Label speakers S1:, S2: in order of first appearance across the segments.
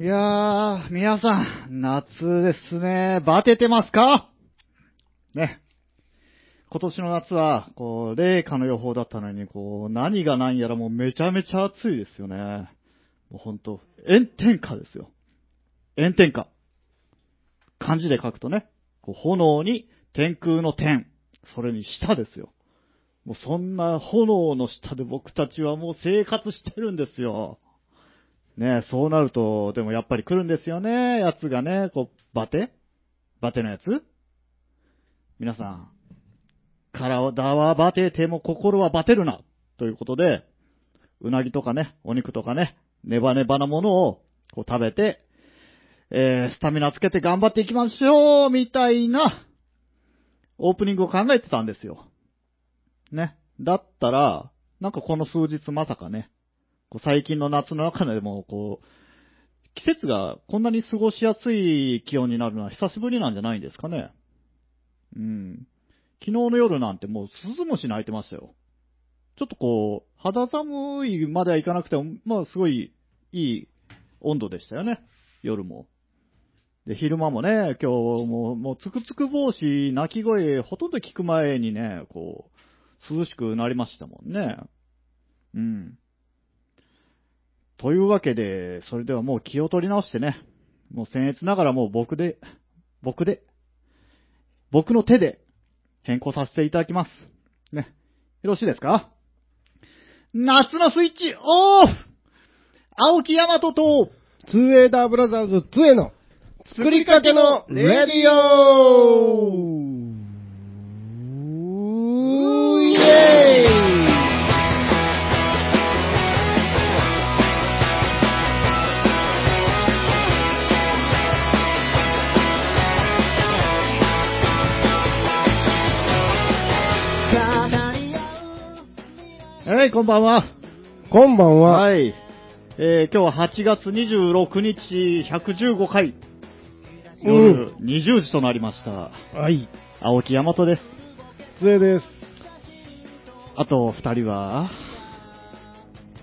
S1: いやー、皆さん、夏ですね。バテてますかね。今年の夏は、こう、冷夏の予報だったのに、こう、何が何やらもうめちゃめちゃ暑いですよね。もうほんと、炎天下ですよ。炎天下。漢字で書くとね、こう炎に天空の天、それに下ですよ。もうそんな炎の下で僕たちはもう生活してるんですよ。ねえ、そうなると、でもやっぱり来るんですよね、やつがね、こう、バテバテのやつ皆さん、体はバテても心はバテるなということで、うなぎとかね、お肉とかね、ネバネバなものをこう食べて、えー、スタミナつけて頑張っていきましょうみたいな、オープニングを考えてたんですよ。ね。だったら、なんかこの数日まさかね、こう最近の夏の中でも、こう、季節がこんなに過ごしやすい気温になるのは久しぶりなんじゃないんですかね。うん。昨日の夜なんてもう鈴虫鳴いてましたよ。ちょっとこう、肌寒いまではいかなくても、まあすごいいい温度でしたよね。夜も。で、昼間もね、今日も、もうつくつく帽子、鳴き声、ほとんど聞く前にね、こう、涼しくなりましたもんね。うん。というわけで、それではもう気を取り直してね、もう僭越ながらもう僕で、僕で、僕の手で変更させていただきます。ね。よろしいですか夏のスイッチオフ青木山とと、
S2: ツーエイダーブラザーズ2への作りかけのレディオうーイエ
S1: はい、こんばんは。
S2: イこんばんは、
S1: はい。えー、今日は8月26日、115回、夜20時となりました。
S2: はい、
S1: 青木山とです。
S2: つえです。
S1: あと2人は、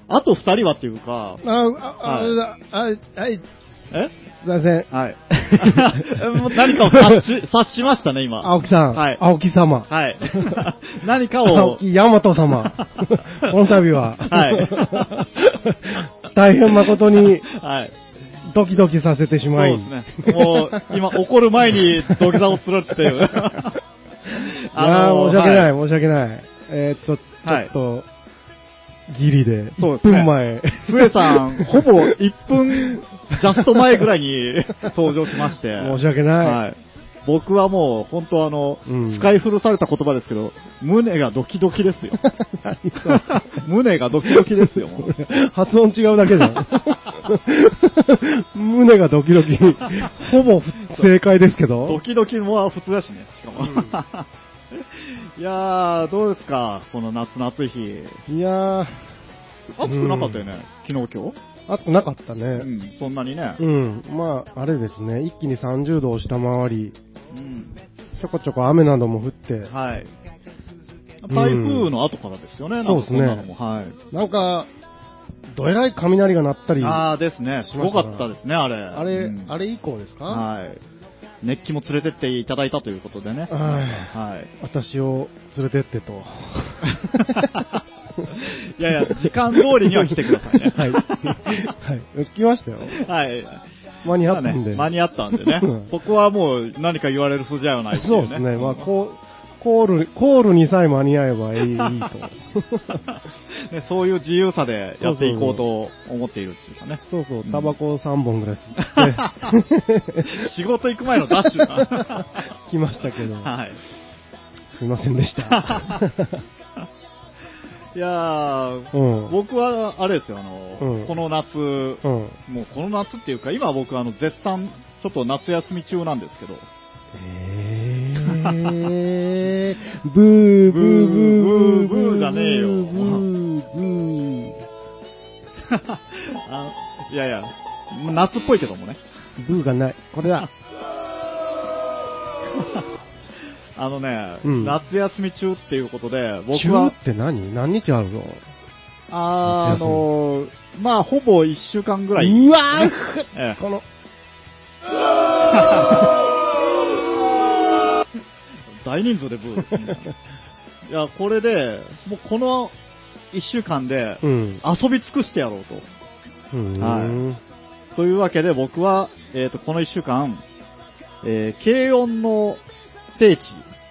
S1: あと2人はっていうか、
S2: あ、あ、あ、あ、はい、はい、す
S1: え
S2: いません。
S1: はい。 もう何かを察し、察しましたね、今。
S2: 青木さん、
S1: はい
S2: 青木様、
S1: はい。何か
S2: 青
S1: を、
S2: 木大和様、 この度は、
S1: はい
S2: 大変誠に
S1: はい。
S2: ドキドキさせてし
S1: そう
S2: まい、
S1: ですね。もう、今、怒る前に土下座をするって いう。
S2: いやー申し訳ない、
S1: は
S2: 申し訳ない。えー、っと、ち
S1: はい
S2: ょっと、ギリで、
S1: そうで
S2: 1
S1: すね
S2: 分前。
S1: 笛さ ん、ほぼ1分ジャスト前ぐらいに登場しまして。
S2: 申し訳ない。
S1: はい。僕はもう、本当あの、
S2: うん。
S1: 使い古された言葉ですけど、胸がドキドキですよ
S2: 何それ
S1: 胸がドキドキです よ、もう。
S2: 発音違うだけだ よ。胸がドキドキ。ほぼ正解ですけ
S1: ド
S2: ど。
S1: キドキも普通だしね、しかも。
S2: うん
S1: いやー、どうですか、この夏の暑い日。
S2: いやー、
S1: 暑くなかったよね、昨日今日。
S2: あとなかった
S1: う
S2: ね。
S1: ん、そんなにね。
S2: うん。まあ、あれですね。一気に30度を下回り、
S1: うん。
S2: ちょこちょこ雨なども降って、
S1: はい。台風の後からですよね、なんか
S2: そうですね
S1: こんなのもはい。
S2: なんか、どえらい雷が鳴ったり、あ
S1: あーですね、す
S2: しま
S1: ご
S2: したね
S1: かったですね、あれ。
S2: れ、
S1: うん
S2: あれ以降ですか
S1: はい。熱気も連れてっていただいたということでね。
S2: はい
S1: はい。
S2: 私を連れてってと。。
S1: いやいや、時間通りには来てくださいね
S2: はい。はい。来ましたよ。
S1: はい。
S2: 間に合ったんで。
S1: 間に合ったんでね
S2: うん。
S1: そこはもう何か言われる筋合いはないってい
S2: そうですね。まあ、こう、コール、コールにさえ間に合えばいいいいと。
S1: ねそういう自由さでやっていこうと思っているっていうかね。
S2: そうそうう、
S1: ん
S2: タバコを3本ぐらい吸って、
S1: 仕事行く前のダッシュ が。
S2: 来ましたけど、
S1: はい。
S2: すいませんでした。
S1: いやー、
S2: うん。
S1: 僕はあれですよ、あの、
S2: うん
S1: この夏、
S2: うん。
S1: もうこの夏っていうか、今僕あの絶賛、ちょっと夏休み中なんですけ ど、
S2: えー、ブー、ブー、ブー、ブー、
S1: ブーブーじゃねえよ
S2: ブー、ブー、
S1: あのいやいや、夏っぽいけどもね。
S2: ブーがない。これだ。
S1: あのね、
S2: うん
S1: 夏休み中っていうことで、僕
S2: 中
S1: は
S2: って何何日あるの
S1: あー、あ
S2: 夏休み
S1: のー、まあ、ほぼ1週間ぐらい。
S2: うわーふっ
S1: ええ
S2: この、
S1: 大人数でブ ー。いや、これで、もうこの1週間で
S2: う、ん。
S1: 遊び尽くしてやろうと。
S2: うん
S1: はというわけで僕は、えー、とこの1週間、えー軽音の聖地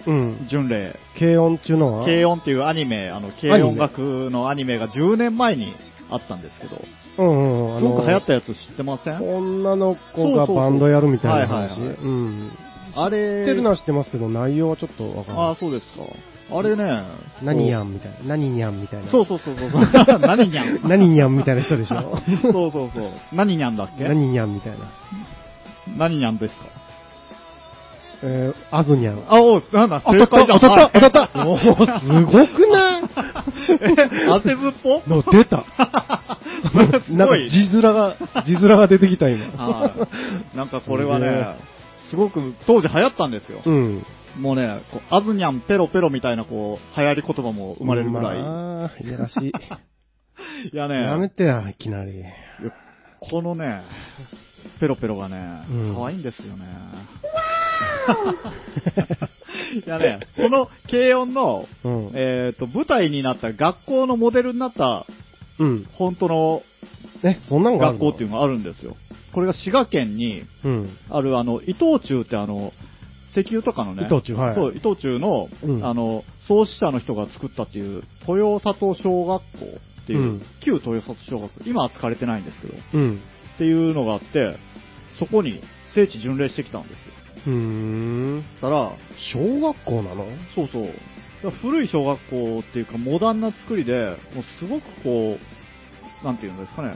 S2: うん。
S1: 巡礼、
S2: 軽音っていうのは
S1: 軽音っていうアニメ、あの軽音楽のアニメが10年前にあったんですけど、す
S2: うんうん。あの
S1: ごく流行ったやつ知ってません
S2: 女の子がバンドやるみたいな話。
S1: そうそうそうはいは
S2: うん。
S1: あ
S2: 知
S1: れ、
S2: ってるのは知ってますけど、内容はちょっとわか
S1: あ
S2: んな
S1: あ、そうですか。あれね、
S2: い。何や
S1: ん
S2: んみたいな。何にゃんみたいな。
S1: そうそうそうそう。 何にゃん
S2: 何にゃんみたいな人でしょ
S1: そうそうそう。何にゃんだっけ
S2: 何にゃんみたいな。
S1: 何にゃんですか
S2: えー、あずにゃん。
S1: あ、おう、なんだ、
S2: 当たった当たった当たった
S1: お
S2: すごく ない
S1: 当てずっぽ
S2: の 出た
S1: す
S2: なん
S1: ご
S2: か
S1: い。
S2: 字面が、字面が出てきた今。
S1: はいなんかこれは
S2: すげ
S1: ね
S2: え、
S1: すごく当時流行ったんですよ。
S2: うん。
S1: もうね、こうあずにゃんペロペロみたいなこう、流行り言葉も生まれるぐらい。
S2: まあ、いや らしい。
S1: いや
S2: やめ
S1: ね、
S2: てや、いきなり。
S1: このね、ペロペロがね
S2: う、ん
S1: 可愛いんですよね。 いやね、この軽音の、
S2: うん。
S1: えっ、と、舞台になった学校のモデルになった、
S2: うん。
S1: 本当の
S2: え、そんなんがある
S1: 学
S2: の
S1: 校っていうのがあるんですよ。これが滋賀県に
S2: うん。
S1: ある、あの、伊藤忠ってあの、石油とかのね、
S2: 伊藤忠はい
S1: そう、伊藤忠の、
S2: うん
S1: あの、創始者の人が作ったっていう、豊里小学校っていう、
S2: うん
S1: 旧豊里小学校、今は使われてないんですけど、っ
S2: うん。
S1: ていうのがあって、そこに聖地巡礼してきたんですよ。
S2: うーん。
S1: だから、
S2: 小学校なの
S1: そうそう。だから古い小学校っていうか、モダンな作りで、もうすごくこう、なんていうんですかね、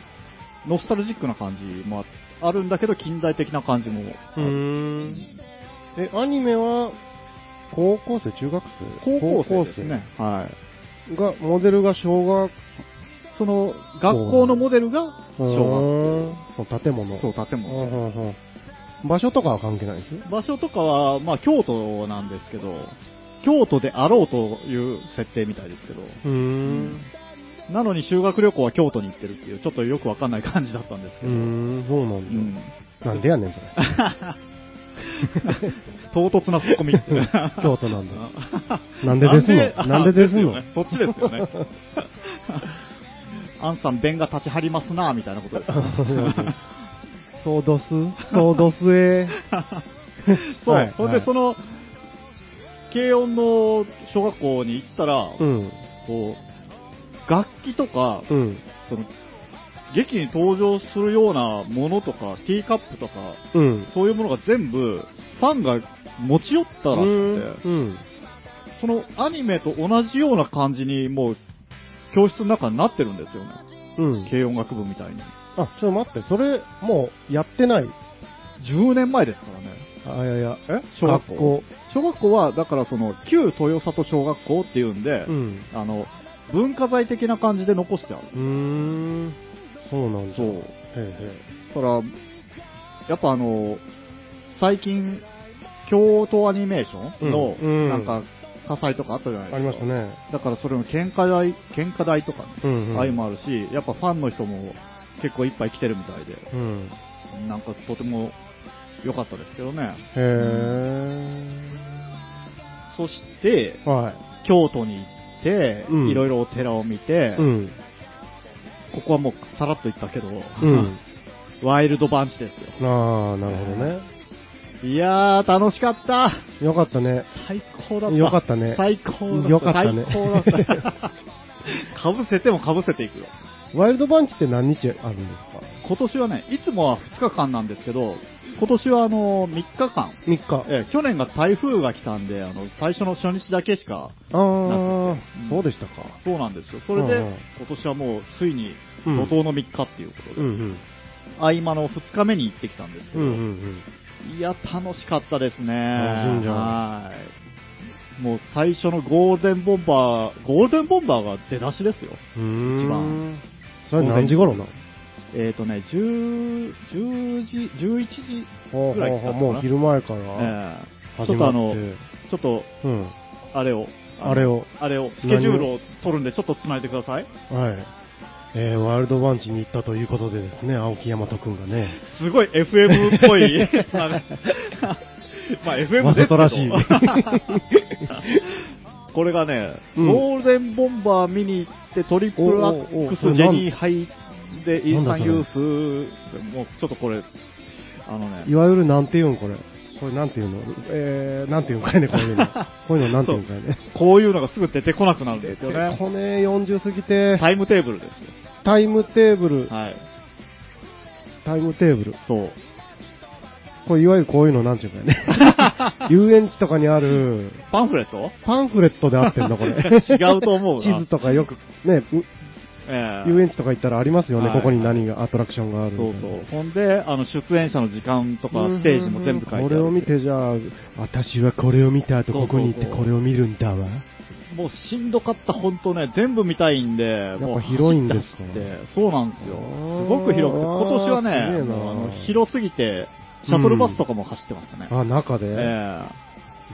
S1: ノスタルジックな感じもああるんだけど、近代的な感じもあ
S2: うー
S1: る。
S2: ん。え、アニメは、高校生、中学生
S1: 高校生ですね。はい。
S2: 高校生が、モデルが小学
S1: その、学校のモデルが、小
S2: 小学校。建物。
S1: 学校、そう、建
S2: うん
S1: 物。
S2: うんうん場所とかは関係ないです
S1: 場所とかは、まあ、京都なんですけど、京都であろうという設定みたいですけど、
S2: うーん。
S1: なのに修学旅行は京都に行ってるっていう、ちょっとよくわかんない感じだったんです
S2: う
S1: けど、
S2: ーん、そうな
S1: うんん
S2: だ。なんでやねん、それ。
S1: 唐突なツッコミ。
S2: 京都なんだ。 なんでですのなんでですの
S1: あそっちですよね。 アンさん、弁が立ち張りますな、みたいなことです。
S2: そうどすそうどす え。
S1: そう、
S2: はい
S1: それ
S2: は
S1: で
S2: い
S1: その、軽音の小学校に行ったら、
S2: うん。
S1: こう、楽器とか、
S2: うん。
S1: その、劇に登場するようなものとか、ティーカップとか、
S2: うん。
S1: そういうものが全部、ファンが持ち寄ったら
S2: う
S1: しくて、
S2: ん。
S1: そのアニメと同じような感じに、もう、教室の中になってるんですよね。
S2: うん。
S1: 軽音楽部みたいに。
S2: あ、ちょっと待って、それ、もう、やってない。
S1: 10年前ですからね。
S2: あ、いやいや、え
S1: 小学校
S2: 学校。
S1: 小学校は、だからその、旧豊里小学校っていうんで、
S2: うん。
S1: あの、文化財的な感じで残してある
S2: う。ーん。そうなんだ。
S1: そう
S2: へ
S1: う。
S2: えへ
S1: だから、やっぱあの、最近、京都アニメーションの、
S2: うんうん
S1: なんか、火災とかあったじゃない
S2: え。あ
S1: で
S2: り
S1: すか。
S2: ましたね。
S1: だからそれの喧嘩台、喧嘩台とかね、
S2: うん、うん。
S1: ああいうのもあるし、やっぱファンの人も結構いっぱい来てるみたいで、
S2: うん。
S1: なんかとても良かったですけどね。
S2: へえ。
S1: そして、
S2: は
S1: 京都に行って、
S2: うん
S1: いろいろお寺を見て、
S2: い。うん。
S1: ここはもうさらっと言ったけど、
S2: うん。
S1: ワイルドバンチですよ。
S2: ああ、なるほどね。
S1: いやー、楽しかった
S2: よかったね。
S1: 最高だった。
S2: よかったね
S1: 最高だった。
S2: よかったね
S1: 最高だった。かぶせてもかぶせていくよ。
S2: ワイルドバンチって何日あるんですか
S1: 今年はね、いつもは2日間なんですけど、今年はあの、3日間。
S2: ?3 日。
S1: ええ去年が台風が来たんで、あの、最初の初日だけしか、
S2: ああ
S1: うん、
S2: そうでしたか。
S1: そうなんですよ。それで、
S2: うんうん
S1: 今年はもう、ついに、
S2: うん
S1: 怒涛の3日っていうことで、
S2: ん
S1: 合間の2日目に行ってきたんですけ
S2: う
S1: ど、
S2: んうん
S1: いや、楽しかったですね。
S2: 楽しいんじゃない
S1: はい。もう最初のゴールデンボンバー、ゴールデンボンバーが出だしですよ。
S2: うん。
S1: 一番
S2: 一番。それ何時頃なの
S1: えっ、とね、10、10時、11時
S2: ほ
S1: ぐらい来たのかな
S2: もう昼前か
S1: え
S2: ら
S1: えち
S2: 始
S1: ょっと
S2: ま
S1: あ
S2: って。
S1: の、ちょっと、
S2: うん。
S1: あれを、
S2: あれを
S1: あれを、スケジュールを取るんで、ちょっと繋いでください。
S2: はい。えーワールドワンチに行ったということでですね、青木大和くんがね、
S1: すごい FM っぽい。 まあ FM
S2: わ
S1: ですけ
S2: ざ
S1: ど
S2: とらしい。
S1: これがね、
S2: うん
S1: ゴールデンボンバー見に行ってトリプルアックス
S2: おおお
S1: ジェニーハイでイーサンユー
S2: なんだ
S1: ス、もうちょっとこれ、あのね
S2: い、わゆるなんて言うんこれ。これなんて言うのえー、なんて言うんかいね、こう いうの。こういうのなんて言うんかいね。
S1: こういうのがすぐ出てこなくなるんですよね。
S2: これ40過ぎて、
S1: タイムテーブルです
S2: タイムテーブル
S1: よ。、はい。
S2: タイムテーブル。
S1: そう。
S2: これいわゆるこういうのなんて言うんかいね。 遊園地とかにある、
S1: パンフレット
S2: パンフレットであってんだ、これ。
S1: 違うと思うな
S2: 地図とかよく、ね、
S1: ええ
S2: 遊園地とか行ったらありますよね、
S1: はい
S2: ここに何が、アトラクションがある。
S1: そうそう。ほんで、あの、出演者の時間とか
S2: うん、
S1: ステージも全部書いてある。
S2: これを見て、じゃあ、私はこれを見た後、
S1: そうそうそ
S2: ここ
S1: う
S2: に行ってこれを見るんだわ。
S1: もうしんどかった、本当ね、全部見たいんで、
S2: っぱ
S1: もう
S2: 広いんですか
S1: 走って走ってそうなんですよ
S2: あ。ー
S1: すごく広くて、今年は
S2: すげ
S1: ね、
S2: えな
S1: もうあの広すぎて、シャトルバスとかも走ってましたね。
S2: あ、中で、
S1: え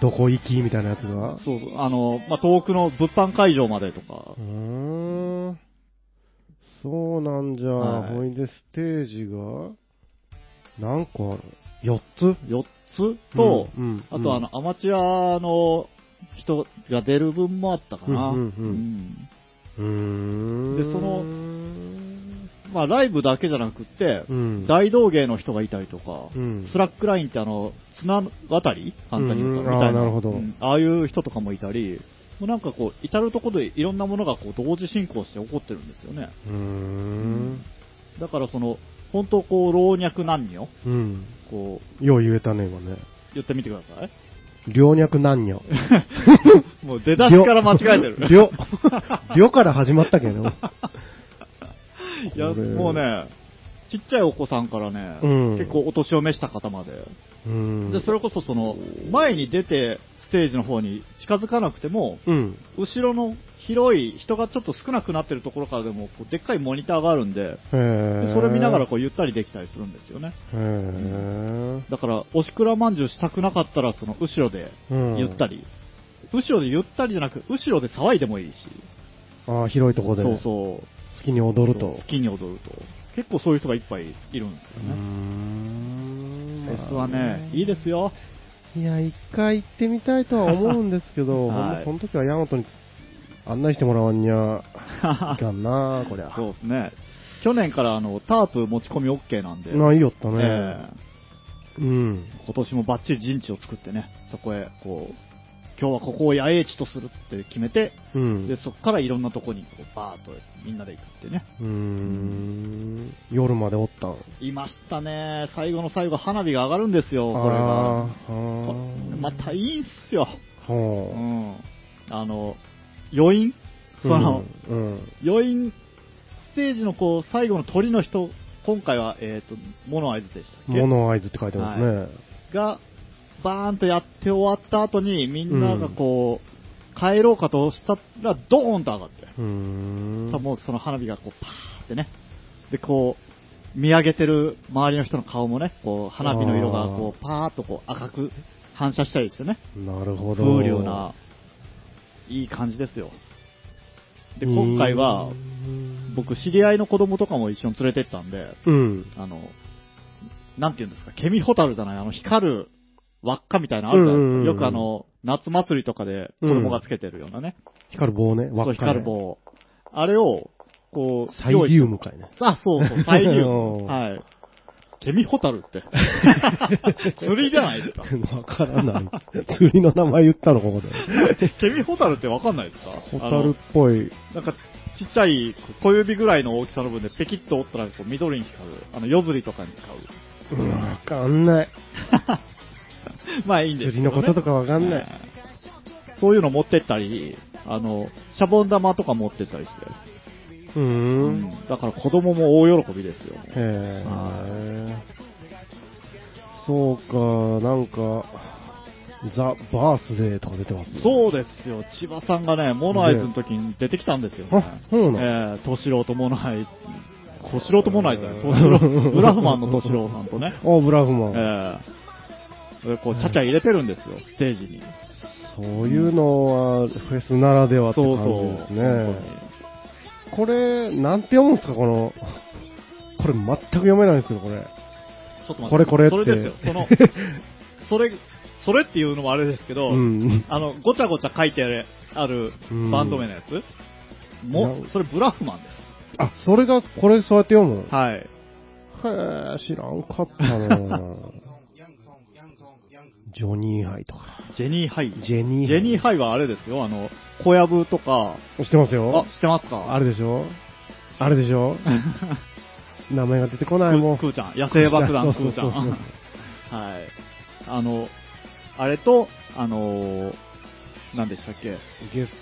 S2: どこ行きみたいなやつが
S1: え。そうそう、あの、まあ、遠くの物販会場までとか
S2: う、ーん。そうなんじゃ。
S1: はい
S2: ほいで、ステージが、何個ある ?4 つ
S1: 4つと、
S2: うんうん
S1: あとあの、アマチュアの人が出る分もあったかな。
S2: うんうんうん
S1: ん
S2: うーん。
S1: でそのまあ、ライブだけじゃなくって、
S2: うん。
S1: 大道芸の人がいたりとか、
S2: うん
S1: スラックラインってあの、綱渡り簡単に言うと
S2: うんうん
S1: みたい
S2: あーなるほど
S1: うんああいう人とかもいたり、もうなんかこう、至るところでいろんなものがこう同時進行して起こってるんですよね。
S2: うーん。
S1: だからその、本当こう、老若男女、
S2: うん。
S1: こ
S2: よう言えたね、今ね。
S1: う、言ってみてくだ さい。
S2: 両脈男女。
S1: もう出だしから間違えてる。
S2: 両、両から始まったけど。
S1: いや、
S2: これ
S1: もうね、ちっちゃいお子さんからね、
S2: うん
S1: 結構お年を召した方まで、
S2: うん。
S1: で、それこそその、前に出て、ステージの方に近づかなくても、
S2: うん。
S1: 後ろの広い、人がちょっと少なくなってるところからでも、こうでっかいモニターがあるんで、
S2: へ
S1: で
S2: ー
S1: それ見ながらこうゆったりできたりするんですよね。
S2: へー
S1: だから、おしくらまんじゅうしたくなかったら、その後ろで
S2: うん。
S1: ゆったり、後ろでゆったりじゃなく、後ろで騒いでもいいし、
S2: ああ、広いとこ
S1: そ
S2: で。
S1: うそう、
S2: 好きに踊ると。
S1: 好きに踊ると。結構そういう人がいっぱいいるんですよ
S2: うー
S1: ね。
S2: ん
S1: フェスはね、いいです よ。
S2: いや、一回行ってみたいとは思うんですけど、
S1: はい
S2: ほんとその時はヤマトに案内してもらわんにゃ、いかんな、こりゃ。
S1: そうですね。去年からあの、タープ持ち込み OK なんで、
S2: ないよった
S1: え
S2: ね。
S1: え
S2: うん。
S1: 今年もバッチリ陣地を作ってね、そこへ、こう、今日はここを野営地とするって決めて、
S2: うん。
S1: で、そこからいろんなとこに、こう、バーッとみんなで行くってね。
S2: うーん。夜までおったん。
S1: いましたね。最後の最後、花火が上がるんですよ、これが。
S2: あー
S1: こ
S2: あー。
S1: またいいんすよ。う
S2: ほう。
S1: ん。あの、余韻その、
S2: うん、うん。
S1: 余韻、ステージのこう、最後の鳥の人、今回は、えっ、と、モノアイズでしたっけ
S2: 物を合図って書いてますね。
S1: が、バーンとやって終わった後に、みんながこう、帰ろうかとしたら、ドーンと上がって、
S2: うーん。
S1: さもうその花火がこう、パーンってね、で、こう、見上げてる周りの人の顔もね、こう、花火の色がこう、パーッとこう、赤く反射したりしてね、
S2: なるほど。
S1: 風流な、いい感じですよ。で、今回は
S2: うー、ん、
S1: 僕、知り合いの子供とかも一緒に連れてったんで、
S2: うん。
S1: あの、なんて言うんですか、ケミホタルじゃない、あの、光る輪っかみたいなのあるじゃないですか。
S2: うんうんうん
S1: よくあの、夏祭りとかで子供がつけてるようなね。
S2: 光る棒ね。輪っ
S1: そ
S2: か
S1: う、
S2: ね
S1: 光る。棒。あれを、こう、
S2: サイリウ
S1: ム。
S2: ムかいね。
S1: あ、そう そう、サイリウ
S2: うん
S1: ム。はい。ケミホタル って。釣りじゃないですか。
S2: わから ない。釣りの名前言ったの、ここで。
S1: ケミホタルってわかんないですか
S2: ホタ
S1: あの
S2: ルっぽい。
S1: なんか、ちっちゃい小指ぐらいの大きさの分でペキッと折ったらこう緑に光る。あの、夜釣りとかに使う。
S2: うんわかんない。
S1: まあいいんです
S2: 釣
S1: け
S2: り
S1: ど、
S2: の
S1: ね。
S2: こととかわかん
S1: え
S2: ない。
S1: えそういうの持ってったり、あの、シャボン玉とか持ってったりして。
S2: うー。
S1: うんだから子供も大喜びですよ。
S2: へえ。そうか、なんか、ザ・バースデーとか出てますね。
S1: そうですよ。千葉さんがね、モノアイズの時に出てきたんですよね。
S2: あそうなの
S1: ええ敏郎とモノアイズ。敏郎とモノアイズだね。敏郎、ブラフマンの敏郎さんと ね。
S2: あ、ブラフマン。
S1: ええそれこう、ちゃちゃ入れてるんですよ、ステージに。
S2: そういうのは、フェスならではって
S1: そ
S2: 感
S1: うそう。
S2: じですね。
S1: 本当に
S2: これ、なんて読むんですか、この、これ全く読めないんですけど、これ。
S1: ちょっと待って。
S2: これこれ
S1: そ
S2: って。
S1: れですよ。そ の、それ、それっていうのもあれですけど、
S2: うん。
S1: あの、ごちゃごちゃ書いてあるある
S2: うん
S1: バンド名のやつ、も
S2: な、
S1: それブラフマンです。
S2: あ、それが、これそうやって読むの
S1: はい。
S2: へえ、知らんかった なジョニーハイとか。
S1: ジェニーハイ。
S2: ジェニー
S1: ジェニーハイはあれですよ、あの、小籔とか、
S2: 知ってますよ
S1: あ、知ってますか
S2: あれでしょあれでしょ名前が出てこないも ん。
S1: クーちゃん、野生爆弾ク
S2: そうそう
S1: ーちゃ
S2: そ
S1: ん。
S2: うそ う
S1: はい。あの、あれと、あのー、何でしたっけ
S2: ゲス、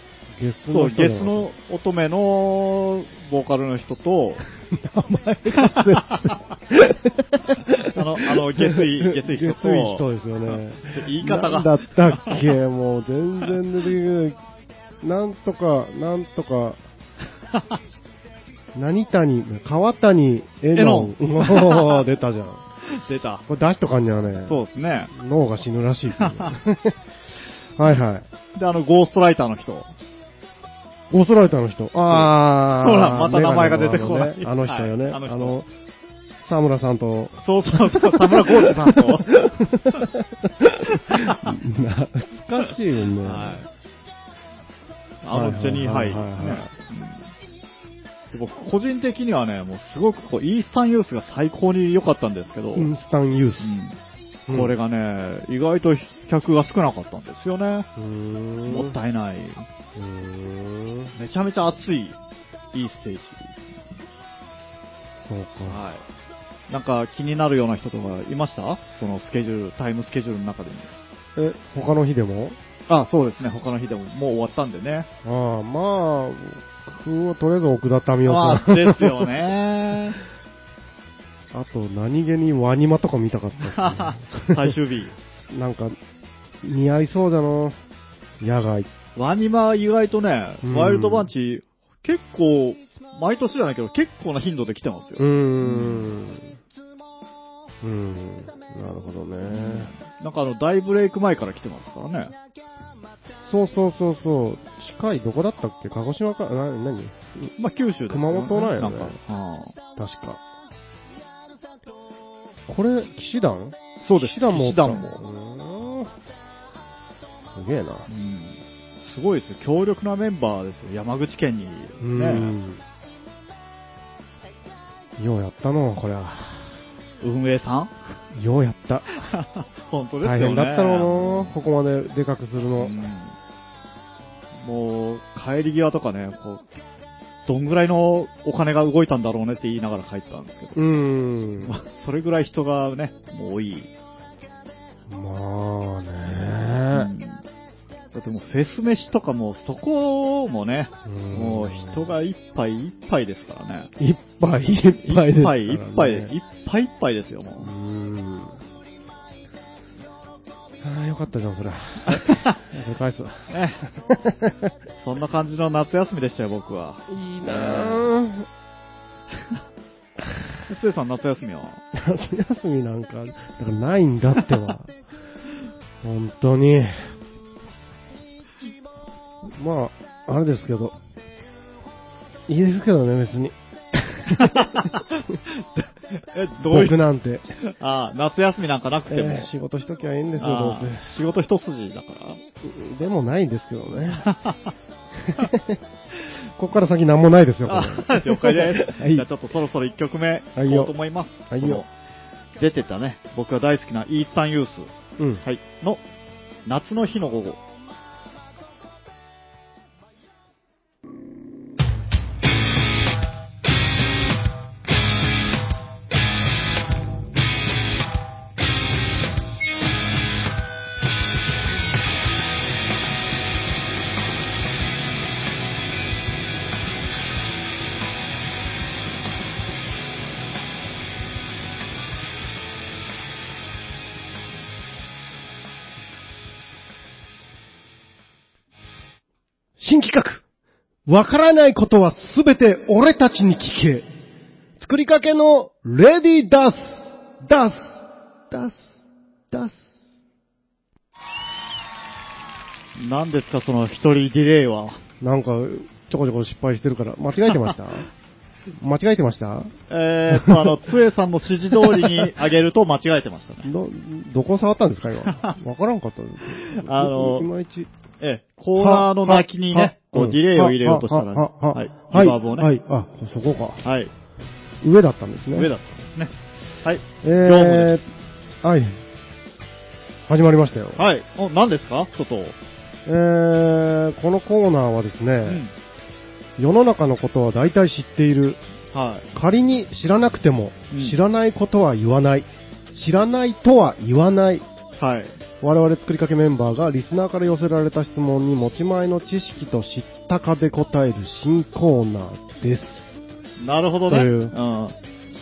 S2: ゲス
S1: そ
S2: の
S1: う、
S2: 人
S1: ゲス の乙女のボーカルの人と、
S2: 名前が
S1: あの、あの、下水、下水人
S2: ゲ
S1: と、
S2: スい人ですよね。
S1: 言い方が
S2: なん、だったっけもう全然出てこない。なんとか、なんと か、何谷、川谷、えのん。も う出たじゃん。
S1: 出た。
S2: これ出しとかんにはね、
S1: そうですね。
S2: 脳が死ぬらしいっていう はいはい。
S1: で、あの、ゴーストライターの人。
S2: ゴーストライターの人。あー。
S1: ほらまた名前が出てこない
S2: メガネのあのねあの人よね。
S1: はい
S2: あ
S1: あの人
S2: の、沢村さんと、
S1: そうそうそう、田村ゴーチさんと。
S2: 懐かしいよね。
S1: はい。あの、ジェニーハイ。
S2: はいはいはいはい
S1: ねで僕、個人的にはね、もうすごくこう、イースタンユースが最高に良かったんですけど、
S2: インスタンユース。
S1: うんこれがね、意外と客が少なかったんですよね。
S2: うーん
S1: もったいない。
S2: うーん。
S1: めちゃめちゃ熱い、いいステージ。
S2: そうか。
S1: はい。なんか気になるような人とかいましたそのスケジュール、タイムスケジュールの中でも。
S2: え、他の日でも
S1: あ、そうですね。他の日でももう終わったんでね。
S2: ああ、まあ、僕はとりあえず奥田民生
S1: ま
S2: さ
S1: あ、
S2: ん。
S1: ですよね。
S2: あと、何気にワニマとか見た かったですね、
S1: 最終日。
S2: なんか、似合いそうだな野外。
S1: ワニマは意外とね
S2: うん、
S1: ワイルドバンチ、結構、毎年じゃないけど、結構な頻度で来てます
S2: うー
S1: よ。
S2: ん。うーん。なるほどね。
S1: なんかあの、大ブレイク前から来てますからね。
S2: そうそうそうそう。近い、どこだったっけ鹿児島か、な、なに
S1: まあ、九州ですよね
S2: 熊本なんやね
S1: なんか。ああ
S2: 確か。これ、騎士団
S1: そうです
S2: 騎士団も。
S1: 騎士団
S2: も。うーんすげえな
S1: う。んすごいですよ。強力なメンバーですよ。山口県に。
S2: う
S1: ね。
S2: ん。ようやったの、こりゃ。
S1: 運営さん
S2: ようやった。
S1: 本当ですよ
S2: 大
S1: ね。
S2: 変だったろうな、ここまででかくするの。
S1: うんもう、帰り際とかね、こう、どんぐらいのお金が動いたんだろうねって言いながら帰ったんですけど、
S2: うーん。
S1: まあそれぐらい人がね、もう多い。
S2: ま
S1: う
S2: あね
S1: んだってもうフェス飯とかも、そこもね、
S2: うん
S1: もう人がいっぱいいっぱいですからね。
S2: いっぱいいっぱい
S1: い
S2: で
S1: っ
S2: すか
S1: ぱ
S2: らね
S1: いいっぱいです。いっぱいいっぱいですよ、もう
S2: うー。ん。ああ、よかったじゃ ん、それ。それ返すわ。
S1: ね、 そんな感じの夏休みでしたよ、僕は。
S2: いい
S1: な
S2: ぁ。
S1: つえさん、夏休みは。
S2: 夏休みなんか、だからないんだってば。本当に。まあ、あれですけど。いいですけどね、別に。
S1: え、どうい
S2: 僕
S1: う、
S2: なんて。
S1: あ夏休みなんかなくても。
S2: えー仕事しときゃいいんですよ、どう
S1: あ仕事一筋だか
S2: せ。でもないんですけどね。
S1: ら。
S2: ここから先何もないですよ、これ
S1: あ了解です。
S2: はい
S1: じゃあちょっとそろそろ一曲目、
S2: い
S1: いこ
S2: よ
S1: うと思います。
S2: はいよ
S1: この出てたね、僕が大好きなイースタンユース、
S2: うん。
S1: はい、の、夏の日の午後。
S2: 新企画わからないことはすべて俺たちに聞け作りかけのレディーダースダースダースダース
S1: 何ですか、その一人ディレイは。
S2: なんか、ちょこちょこ失敗してるから、間違えてました間違えてました
S1: えーっと、 あの、つえさんの指示通りに上げると間違えてましたね。
S2: ど、どこ触ったんです か、今。わからんかったです。
S1: あの
S2: いまいち。
S1: ええ、コーナーの泣きにね、こうディレイを入れようとしたら、
S2: ははは
S1: はい、
S2: は
S1: リ
S2: い。
S1: バーブをね、
S2: はい。あ、そこか。
S1: はい、
S2: 上だったんですね。
S1: 上だったんですね。はい、業務
S2: えー、はい。始まりましたよ。
S1: はい、お、何ですか外を。
S2: えー、このコーナーはです
S1: う
S2: ね
S1: ん、。
S2: 世の中のことは大体知っている。
S1: はい。
S2: 仮に知らなくても
S1: うん、
S2: 知らないことは言わない。知らないとは言わない。
S1: はい。
S2: 我々作りかけメンバーがリスナーから寄せられた質問に持ち前の知識と知ったかで答える新コーナーです。
S1: なるほどね。。
S2: といううん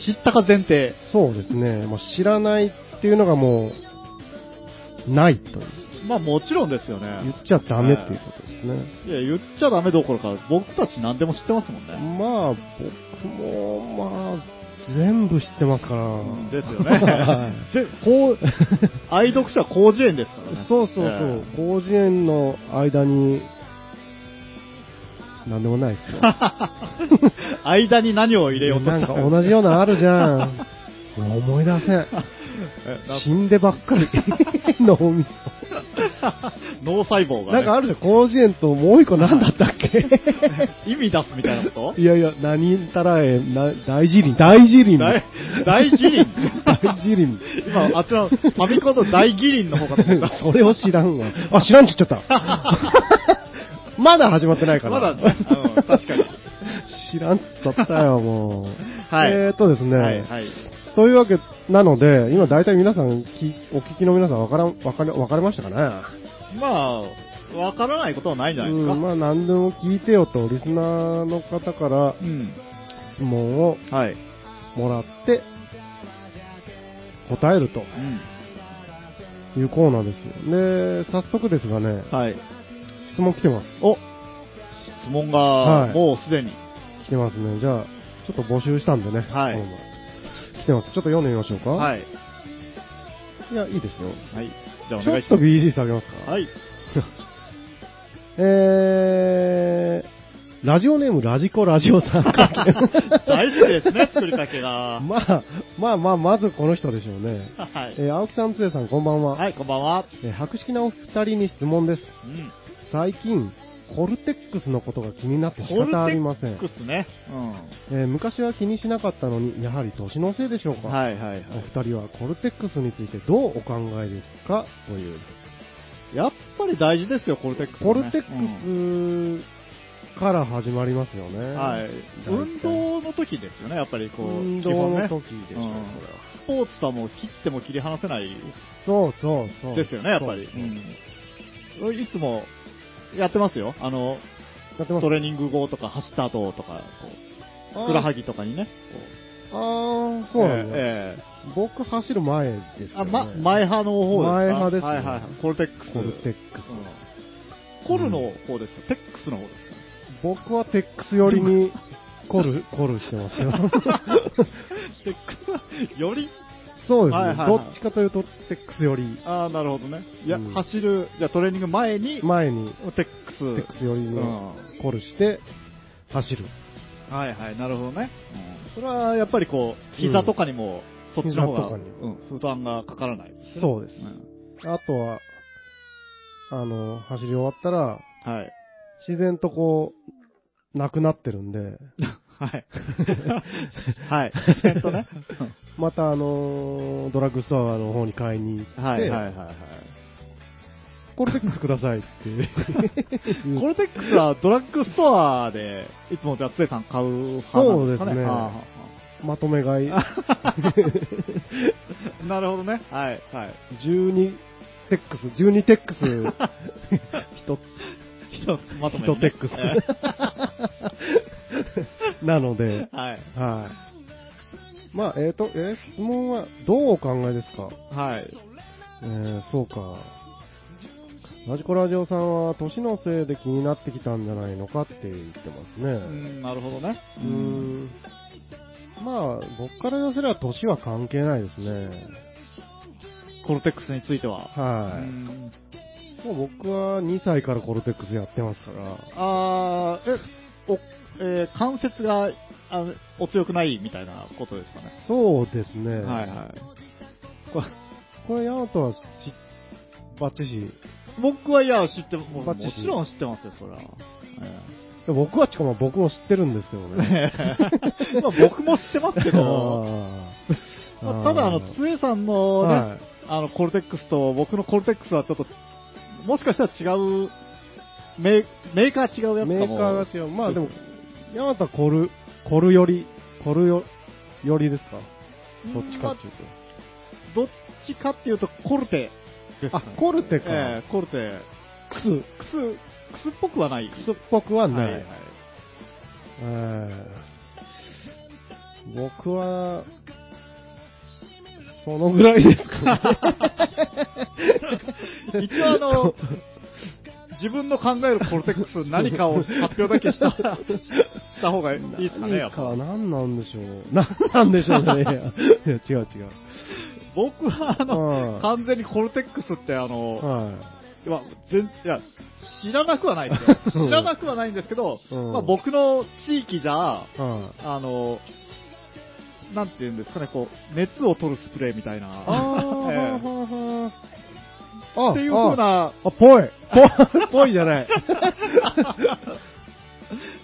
S1: 知ったか前提。
S2: そうですね。まあ、知らないっていうのがもう、ないという。
S1: まあもちろんですよ
S2: 言
S1: ね。
S2: っちゃダメっていうことですね。
S1: いや、言っちゃダメどころか、僕たち何でも知ってますもんね。
S2: まあ、僕も、まあ、全部知ってますから。
S1: ですよ
S2: は
S1: ね。で、 こう、愛読者は広辞苑ですからね。
S2: そうそうそう、
S1: え
S2: 広辞苑の間に、なんでもないですよ。
S1: え 間に何 を入れようとした
S2: なんか同じようなあるじ ゃん。思い出せん。
S1: えな
S2: 死んでばっ かり。脳み
S1: 脳細胞
S2: そ。
S1: が、
S2: なん
S1: ね、
S2: かあるじゃん、広辞苑ともう一個なんだったっけ
S1: 意味出すみたいな こと
S2: いやいや、何たらえ、な大辞林、大辞林。
S1: 大大辞林
S2: 大辞林。
S1: 今、あっちの、ファミコンの大義林の方がと思った。
S2: それを知らんわ。あ、知らんって言っちゃ った。まだ始まってないから。
S1: まだねうん確かに。
S2: 知らんって言ったよ、もう。
S1: はい
S2: えーっとですね。
S1: はい、はい。
S2: というわけなので、今大体皆さん、きお聞きの皆さん分からん、分かれ、分かれましたかね
S1: まあ、わからないことはないんじゃないですか。
S2: うん、まあ何でも聞いてよと、リスナーの方から
S1: うん。
S2: 質問を
S1: はい。
S2: もらって、答えると
S1: うん。
S2: いうコーナーです。で、早速ですがね、
S1: はい。
S2: 質問来てます。
S1: お質問が
S2: は、い
S1: もうすでに。
S2: 来てますね。じゃあ、ちょっと募集したんでね。
S1: はい
S2: 今度来てます。ちょっと読んでみましょうか。。
S1: はいい。
S2: いや、いいですよ。
S1: はい。じゃあお
S2: ちょ
S1: 願い
S2: っ
S1: し
S2: と
S1: ま
S2: BG 下げます
S1: す。
S2: か。
S1: はい。
S2: えー、ラジオネームラジコラジオさん関係
S1: 大好きですね、作りか けが。
S2: まあ、まあまあ、まずこの人でしょうね。
S1: はい。
S2: えー青木さん、つえさん、こんばんは。
S1: はい、こんばんは。
S2: えー博識なお二人に質問です。
S1: うん。
S2: 最近、コルテックスのことが気になって仕
S1: コルテ
S2: 方ありません
S1: ッ。クスね。うん。
S2: えー昔は気にしなかったのに、やはり年のせいでしょうか。
S1: はいはいはい。
S2: お二人はコルテックスについてどうお考えですかという。
S1: やっぱり大事ですよ、コルテックス、ね。
S2: コルテ
S1: うん
S2: ックスから始まりますよね。
S1: はい。運動の時ですよね、やっぱりこう、
S2: 運
S1: 基本
S2: 動の
S1: ね。
S2: 時でし
S1: う
S2: ょ、これ
S1: んスポ
S2: は。
S1: ーツとはもう切っても切り離せない
S2: そうそうそう。
S1: ですよね、やっぱり。
S2: そうそう
S1: うんいつもやってますよ。あの、
S2: やってます
S1: トレーニング後とか走った後とか、こう、ふくらはぎとかにね。
S2: あー、そうなんだ、
S1: ええ
S2: 僕走る前ですよ、ね。
S1: あ、ま、前派の方ですか
S2: 前派ですね
S1: はいはいはい。コルテックス。
S2: コルテックス。
S1: うんコルの方ですかテックスの方ですか
S2: 僕はテックス寄りにコル、コルしてます よ。
S1: テックス、より
S2: そうですね、
S1: はいはいはい
S2: どっちかというとテックス寄り。
S1: ああ、なるほどね。いや、
S2: うん
S1: 走る、じゃあトレーニング前に、
S2: 前に
S1: テックス。
S2: テックス寄
S1: う
S2: りに
S1: ん。
S2: コルして走る。
S1: はいはい、なるほどね。うんそれはやっぱりこう、膝とかにも、そっちの方が、
S2: 膝とかに
S1: うん負担がかからない。
S2: そうです
S1: う。ん
S2: あとは、あの、走り終わったら、
S1: はい。
S2: 自然とこう、なくなってるんで、
S1: はい。 はい。自然とね。
S2: またあのードラッグストアの方に買いに行って、
S1: はいはいはいはい。
S2: コルテックスくださいっていう
S1: コルテックスはドラッグストアで、いつもじゃあつえさん買う派なんですかね。
S2: そうですね
S1: あああ
S2: まとめ買い、
S1: あなるほどね。はいはい。
S2: 12テックス、12テ ックス、 一
S1: ひとまとめ、
S2: 一テックス
S1: え
S2: なの
S1: え
S2: で、
S1: はい。
S2: はい。まあ、えっ、と、えー質問はどうお考えですか
S1: はい。
S2: えー、そうか。ラジコラジオさんは、年のせいで気になってきたんじゃないのかって言ってます
S1: う
S2: ね。
S1: ん、なるほどね。
S2: うーん。まあ、僕から寄せれば年は関係ないですね。
S1: コルテックスについては。
S2: は
S1: うん
S2: い。もう僕は2歳からコルテックスやってますから。
S1: あー、え、おえー関節があのお強くないみたいなことですかね。
S2: そうですね。
S3: はいは
S2: これ、これヤマトはし、バッチシ。
S1: い。僕はいや、知って、もうも
S2: バッチリ
S1: ちろん知ってますよ、それは。
S2: でも僕はちかも僕も知ってるんですけどね。
S1: まあ僕も知ってますけど、
S2: あー
S1: まあただ、あの、
S2: ー
S1: つえさんのね、
S2: はい
S1: あの、コルテックスと僕のコルテックスはちょっと、もしかしたら違う、メーメーカー違うやつ
S2: メ
S1: かも
S2: ーカーが違う。まあでも、ヤマトはコル、コルより、コルよよりですか
S1: うん
S2: どっちかっていうと。
S1: どっちかっていうと、コルテですかね、
S2: あコルテか
S1: ええコルテ。
S2: クス、
S1: クス、クスっぽくはない。ク
S2: クスっぽくはない。
S1: はいはい、
S2: えー僕は、そのぐらいですか、ね
S1: 一応あの、自分の考えるコルテックス何かを発表だけしたした方がいいですかね、や
S2: 何
S1: っぱ
S2: か何なんでしょう。何なんでしょうね。いや違う違う。
S1: 僕はあ
S2: う
S1: の、
S2: ん
S1: 完全にコルテックスってあの、
S2: はい
S1: や全いや知らなくは ないですよ。知らなくはないんですけど、
S2: うん
S1: まあ、僕の地域じゃ、
S2: い。はい。
S1: あの、なんていうんですかね、こう、熱を取るスプレーみたいな。え え
S2: ああ、
S1: っていう風な、
S2: あ、ぽい。ぽい、 ぽいじゃない。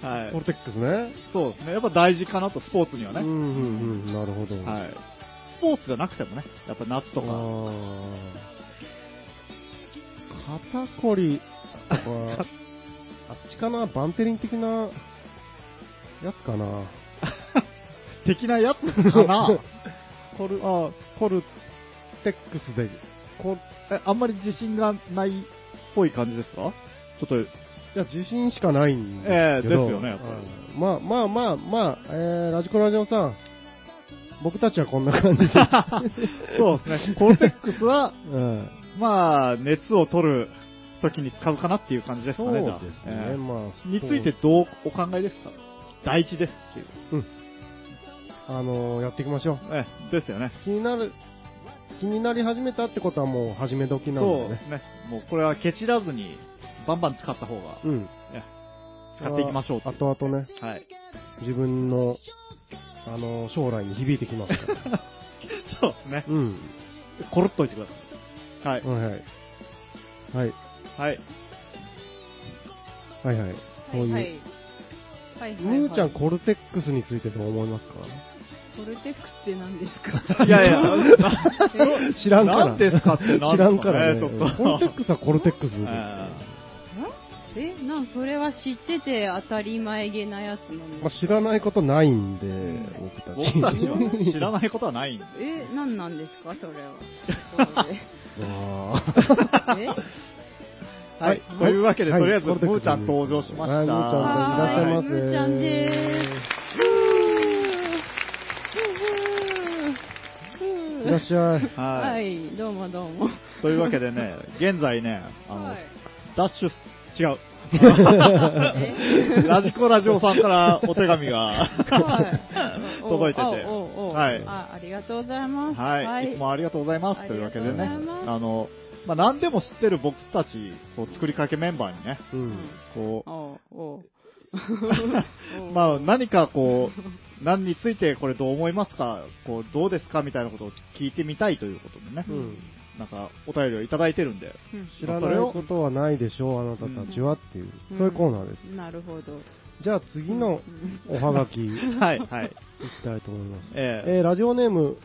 S1: はい
S2: コルテックスね。
S1: そうですね。やっぱ大事かなと、スポーツには
S2: うんう
S1: ね。
S2: んうん、なるほど。
S1: はい。スポーツじゃなくてもね、やっぱ夏とか。
S2: あー肩こりとか、 あっちかな、バンテリン的なやつかな。
S1: 的なやつかな
S2: コル、あーコルテックスで。
S1: こえあんまり自信がないっぽい感じですかちょ っと、
S2: いや、自信しかないんですけど。
S1: ええですよねやっぱり
S2: うんまあまあまあまあ、えー、ラジコラジオさん、僕たちはこんな感じで。
S1: そうですね。コルテックスは、
S2: うん
S1: まあ、熱を取る時に使うかなっていう感じです
S2: そ
S1: か
S2: うで
S1: ね、
S2: す
S1: じゃあ。
S2: ね。
S1: ええ
S2: まあ、
S1: について
S2: そう、
S1: どうお考えですか大事ですっていう。
S2: あのーやっていきましょう。
S1: ええですよね。
S2: 気になる、気になり始めたってことはもう始め時なん
S1: そう
S2: で
S1: で
S2: ね。
S1: すね。もうこれはケチらずに、バンバン使った方が、
S2: うん。
S1: ええ使っていきましょうって
S2: あ
S1: いう。
S2: とあとね、
S1: はい。
S2: 自分の、あのー将来に響いてきますから。
S1: そうですね。
S2: うん。
S1: コロッといてください。はい。
S2: はいはい。はい。
S1: はい。
S2: はいはい。そう
S4: はい
S2: う。
S4: いはい。はいはいはい
S2: むーちゃん、コルテックスについてどう思いますか
S4: ソルテックスって何で すか
S1: いや いや、
S2: 知らんから。
S1: 何ですかってなんですかね
S2: 知らんからね。
S1: ちょっと
S2: コルテックスはコルテックスですね。
S4: え、なん、それは知ってて当たり前げなやつなん
S2: まあ
S4: です
S2: 知らないことないんで、
S1: 僕
S2: 僕た
S1: た
S2: ち。
S1: ちはね知らないことはないんで。
S4: え、なんなんですかそれ は。それ
S2: あ
S4: え
S1: はい。というわけで、
S2: はい
S1: とりあえず、ム
S2: コルテック
S1: ー
S2: ス
S1: ちゃん登場しました。
S2: はい、
S4: は
S2: む
S4: いむ
S2: ー
S4: ー
S2: ち
S4: ち
S2: ゃ
S4: ゃ
S2: ん
S4: ん
S2: で
S4: で
S2: ーす。いらっしゃい。
S1: は。
S4: はいい、どうもどうも。
S1: というわけでね、現在ね、あの、
S4: はい
S1: ダッシュ、違う。
S4: え
S1: ラジコラジオさんからお手紙が
S4: は い
S1: 届いてて。
S4: おおおお
S1: はい。
S4: あありがとうございます。
S1: はい、い、つもありがとうございます。
S4: あ
S1: とい
S4: り
S1: うわ
S4: が
S1: け
S4: と
S1: で
S4: う
S1: ね
S4: ございます、
S1: あの、まあ、何でも知ってる僕たち、こう、作りかけメンバーにね、
S2: うん。
S1: こう、
S4: おう おう
S1: まあ、何かこう、何についてこれどう思いますか、こう、どうですかみたいなことを聞いてみたいということでね、
S2: うん
S1: なんか、お便りをいただいてるんで、
S4: うん
S2: 知らないことはないでしょう、あなたたちはっていう、
S4: うん
S2: そういうコーナーです。
S4: なるほど。
S2: じゃあ次のおはがき、いき
S1: はい、はい。
S2: たいと思います。
S1: ええ
S2: えー、ラジオネーム、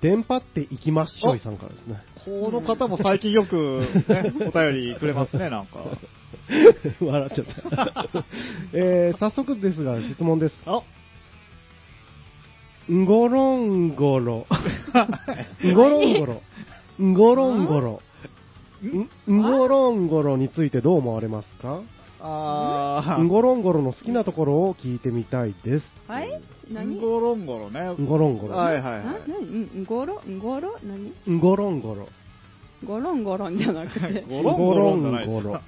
S2: 電波っていきまっしょいさんからですね。
S1: この方も最近よく、ね、お便りくれますね、なんか。
S2: 笑っちゃった。 えー、早速ですが、質問です。
S1: あ
S2: んごろんごろ。 んごろんごろ。んごろんごろ。んんごろんごろについてどう思われますか
S1: あ
S2: んごろんごろの好きなところを聞いてみたいです。
S4: はい
S1: ー、
S4: 何
S1: んごろんごろね。は
S2: んごろんご
S1: い
S2: ろ。
S1: はいは。
S4: ない何んごろんごろ何
S2: んごろんごろ。
S4: ごろんごろんじゃなくて。
S1: ごろんごろんじゃないです
S2: ごろんごろ
S1: か。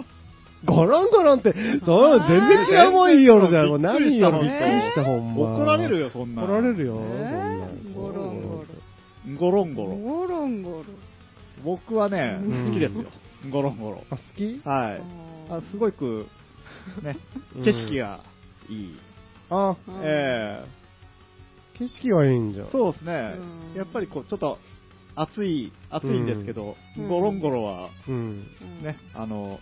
S2: ごろんごろんって、そう、
S4: あー
S2: 全然違うもん言いよるじゃん。もう
S1: びっくりし
S2: 何よ
S1: たの
S2: るびっくりした、ほんま。
S1: 怒られるよ、そんな
S2: 怒
S1: の。
S2: られるよ。
S4: えー
S2: そんな
S4: ごろんごろ
S1: ゴロンゴロ。
S4: ごろんごろ。
S1: 僕はね、
S2: うん
S1: 好きですよ。ゴロンゴロ。
S2: あ、好き
S1: はい。
S4: あー
S1: あすごく、ね
S2: うん、
S1: 景色がいい。
S2: あ、
S4: うん
S1: え
S2: 景色はいいんじゃ
S1: え
S2: ん。
S1: そうですね
S4: うん。
S1: やっぱりこう、ちょっと、暑い、暑いんですけど、
S4: うん
S1: ゴロンゴロは、
S2: うん。
S4: うん
S1: ね、あの、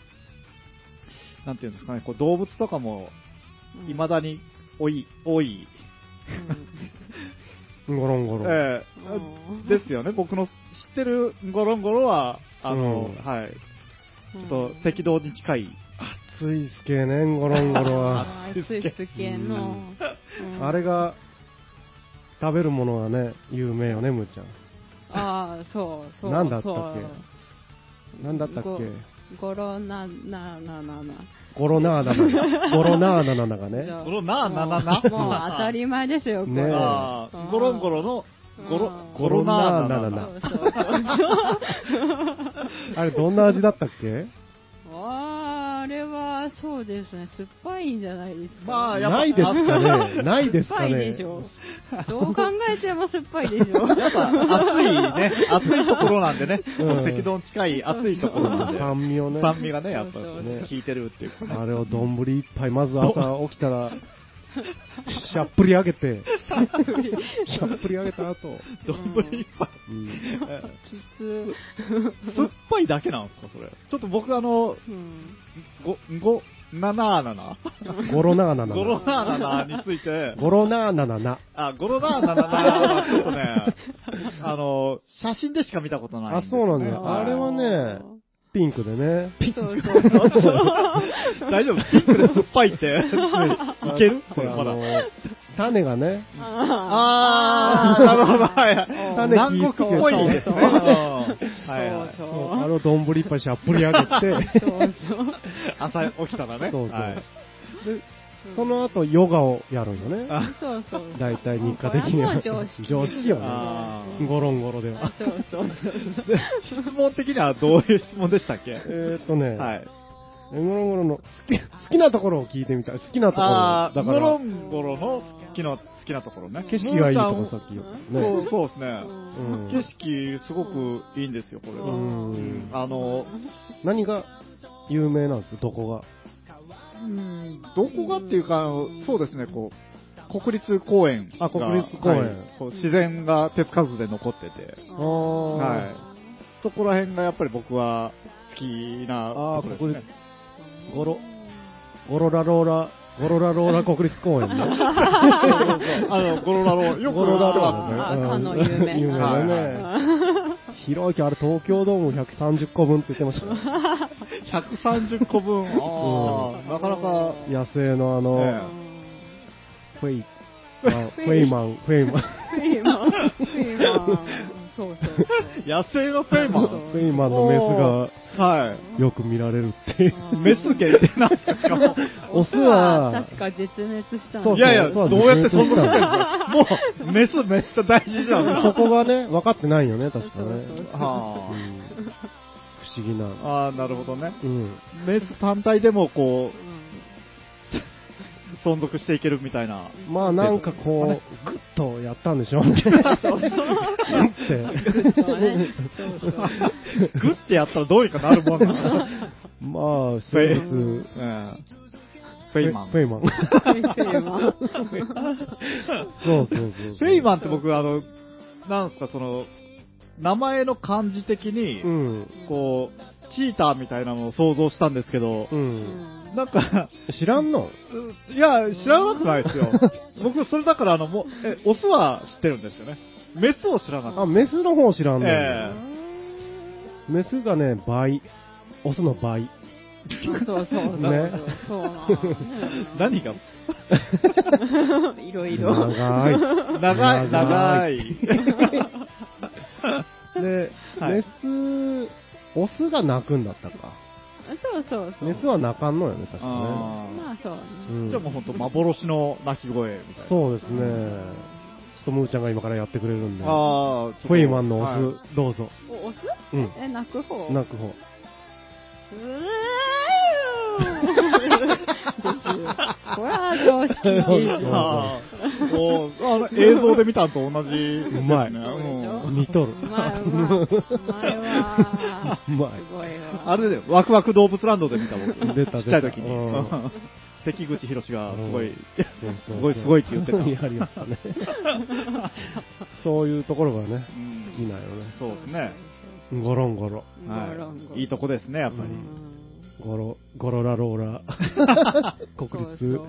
S1: なんていうんですかね、こう動物とかも、
S4: うん
S1: いまだに多い、多い、
S2: ゴロンゴロン。
S1: ええ
S4: う ん
S1: ですよね、僕の知ってるゴロンゴロは、あの、
S2: うん
S1: はい、
S4: う
S1: ち
S4: ん
S1: ょっと赤道に近い、
S2: 暑いっすけね、ゴロンゴロは。
S4: あー暑いっすけの、うん
S2: あれが、食べるものはね、有名よね、むーちゃん。
S4: ああそうそう
S2: なんだったっけ
S4: そう
S2: なんだったっ
S4: ご
S2: け
S4: ゴロナナナナナ
S2: ゴロナーナ ナ。ゴロナーナナナがね。
S4: そう
S1: ゴロナ
S4: もう
S1: ナナナ
S4: もう当たり前ですよこ
S2: ねえ
S4: れ
S1: あー
S4: うん
S1: ゴロンゴロの、ゴロ
S4: うん、
S1: ゴロナーナ
S2: ゴロ
S1: ナ
S2: ナーナナ
S1: ナ
S4: そ
S2: ナ
S4: うそう そう
S2: あれ、どんな味だったっけ
S4: あーあれはそうですね酸っぱいんじゃないですか
S1: まあやっぱ
S2: ないですかね。ないです
S4: 酸っ
S2: か
S4: ぱいで
S2: ね
S4: し。ょどう考えても酸っぱいでしょ
S1: やっぱ暑いね、 暑いところなんでね、
S2: うん
S1: 赤道に近い暑いところなんで、
S2: 酸味をね。
S1: 酸味がね、やっぱり
S4: そう
S2: そう
S1: 効いてるっていうかね。
S2: あれを丼一杯、まず朝起き たら、しゃっぷり上げて、しゃっぷり上げた後、
S1: どんぶりいっぱい。
S2: うん
S4: きつ、
S1: 酸っぱいだけなんですか、それ。ちょっと僕あの、
S4: うん、
S1: ご、ご、なななな
S2: ゴロナーナナ
S1: ゴロ
S2: ナ。
S1: ナーナナについて、
S2: ゴロナーナナナ。
S1: あ、ゴロナーナナナはちょっとね、あの、写真でしか見たことないん
S2: あ
S1: で、す
S2: そう
S1: よ
S2: なん
S1: ね
S2: だ。あれはね、ピンクでね。
S4: そうそうそう
S1: 大丈夫ピンクで酸っぱい って。いけるこれまだ
S2: あ。の種がね、
S1: あー、なるほど。はいはい
S2: 種
S1: 南国っぽいですね。うんはいはい
S4: そうそう
S2: あれを丼一杯しゃっぷり上げて、
S4: そうそう
S1: 朝起きたらね。
S2: そうそう
S1: はい
S2: その後ヨガをやるんよね。
S1: あ
S4: そうそう
S2: 大体日課的には。
S4: これもう常識
S2: 常識よね。
S1: あー
S2: ゴロンゴロでは
S4: あ。そうそうそう
S1: 質問的にはどういう質問でしたっけ
S2: えーっとね、
S1: はい。
S2: ゴロンゴロの好き好きなところを聞いてみたい。好きなところ。
S1: あ
S2: だ
S1: ー、
S2: か
S1: ゴロ
S2: ら、
S1: ンゴロの好きな、好きなところね。
S2: 景色がいいと
S1: ムー
S2: こ
S1: ち
S2: さ
S1: ゃん
S2: っき言った
S1: そ
S2: ね
S1: う。そうですね。
S2: うん
S1: 景色すごくいいんですよ、これ
S4: う
S1: が。
S4: ん
S2: うん
S1: あの、
S2: 何が有名なんですかどこが。
S1: うんどこがっていうか、あのそうですね、こう、国立公園が。
S2: あ国立公園
S1: はいこう自然が手つかずで残ってて、
S2: あー
S1: はい。そこら辺がやっぱり僕は好きな
S2: ああ、
S1: とこ
S2: 国
S1: ろです
S2: 立
S1: ね。、
S2: ゴロ、ゴロラローラ、ゴロラローラ国立公園ね。
S1: あの、ゴロラロ、よく
S2: ゴロラロ
S1: あ
S2: ーラね。
S4: あー
S2: うん
S4: かの有名な
S2: 有名だね。広いけどあれ東京ドーム130個分って言ってましたね。
S1: 130個分。ああ、なかなか、
S2: 野生のあ
S1: え
S2: の、フェイ、あフェイマン、フェイマン、
S4: フィーマンフィーマンそう そうそう
S1: 野生のペーマン。
S2: フェイマンのメス
S1: は
S2: がよく見られるっていう。
S1: い。メス限定なんですかも
S2: オスは、
S4: 確か絶滅したん
S2: そう
S1: いやいや、どうやってそんな
S2: そ
S1: こともう、メスめっちゃ大事じゃん。
S2: そこがね、分かってないよね、確か
S4: そう
S2: ね。
S4: そう
S1: は
S2: うん不思議な。
S1: あ。ああ、なるほどね。
S2: うん。
S1: メス単体でもこう、
S4: うん
S1: 存続していけるみたいな。
S2: まあなんかこう、グッとやったんでしょうね。って。
S4: そうねそうそう
S1: グッてやったらどうにかなるもんなの。
S2: まあ、生物、
S1: うんフェイマン。
S2: フェイマン。
S4: フィーマン
S2: そうそうそ
S1: フ
S2: う。
S1: ェイマンって僕、あの、なんすか、その、名前の漢字的
S2: う
S1: に、
S2: ん。
S1: こう、チーターみたいなのを想像したんですけど、
S2: うん。
S1: なんか、
S2: 知らんの
S1: いや、知らなくないです よ。僕、それだから、あの、もうえ、オスは知ってるんですよね。メスを知らなか
S2: あ、
S1: っ
S2: メスの方知らんの、
S1: え
S2: メスがね、倍。オスの倍。
S4: そうそうそう
S2: ね
S4: そうな
S1: た。何が
S4: のいろいろ
S2: 長い。
S1: 長い、長い。
S2: で、
S1: はい
S2: メス、オスが鳴くんだったか。
S4: そうそうそう
S2: メスは鳴かんのよね、確かね。
S1: あー
S4: まあそうね
S2: うん
S1: じゃあもうほんと幻の鳴き声みたいな。
S2: そうですね。ちょっとむーちゃんが今からやってくれるんで。
S1: ああ、ちょっと
S2: フェイマンのオス、
S1: はい
S2: どうぞ。
S4: おオス
S2: うん。
S4: え泣く方
S2: 泣く方。
S4: うーいこれは常識でしょ
S1: ああ、もう、あの、映像で見たのと同じですね。
S2: うまい
S1: もう
S2: 見とる。
S4: うまいうまいうまいわ
S2: うまい
S4: すごいわ
S1: あれだよ、ワクワク動物ランドで見た僕。
S2: 出た
S1: ちっちゃい時に。
S2: 出たうん
S1: 関口博がすごい、
S2: そうそうそう
S1: すごいすごいって言ってた
S2: やりましたね。そういうところがね、
S1: うん
S2: 好きなよね。
S1: そうですね。
S2: ゴロンゴロ。
S4: ゴロンゴ
S1: は
S4: ロ
S1: い。いいとこですね、やっぱり。
S4: うん
S2: ゴロ、ゴロラロー ラ。国立。
S4: そう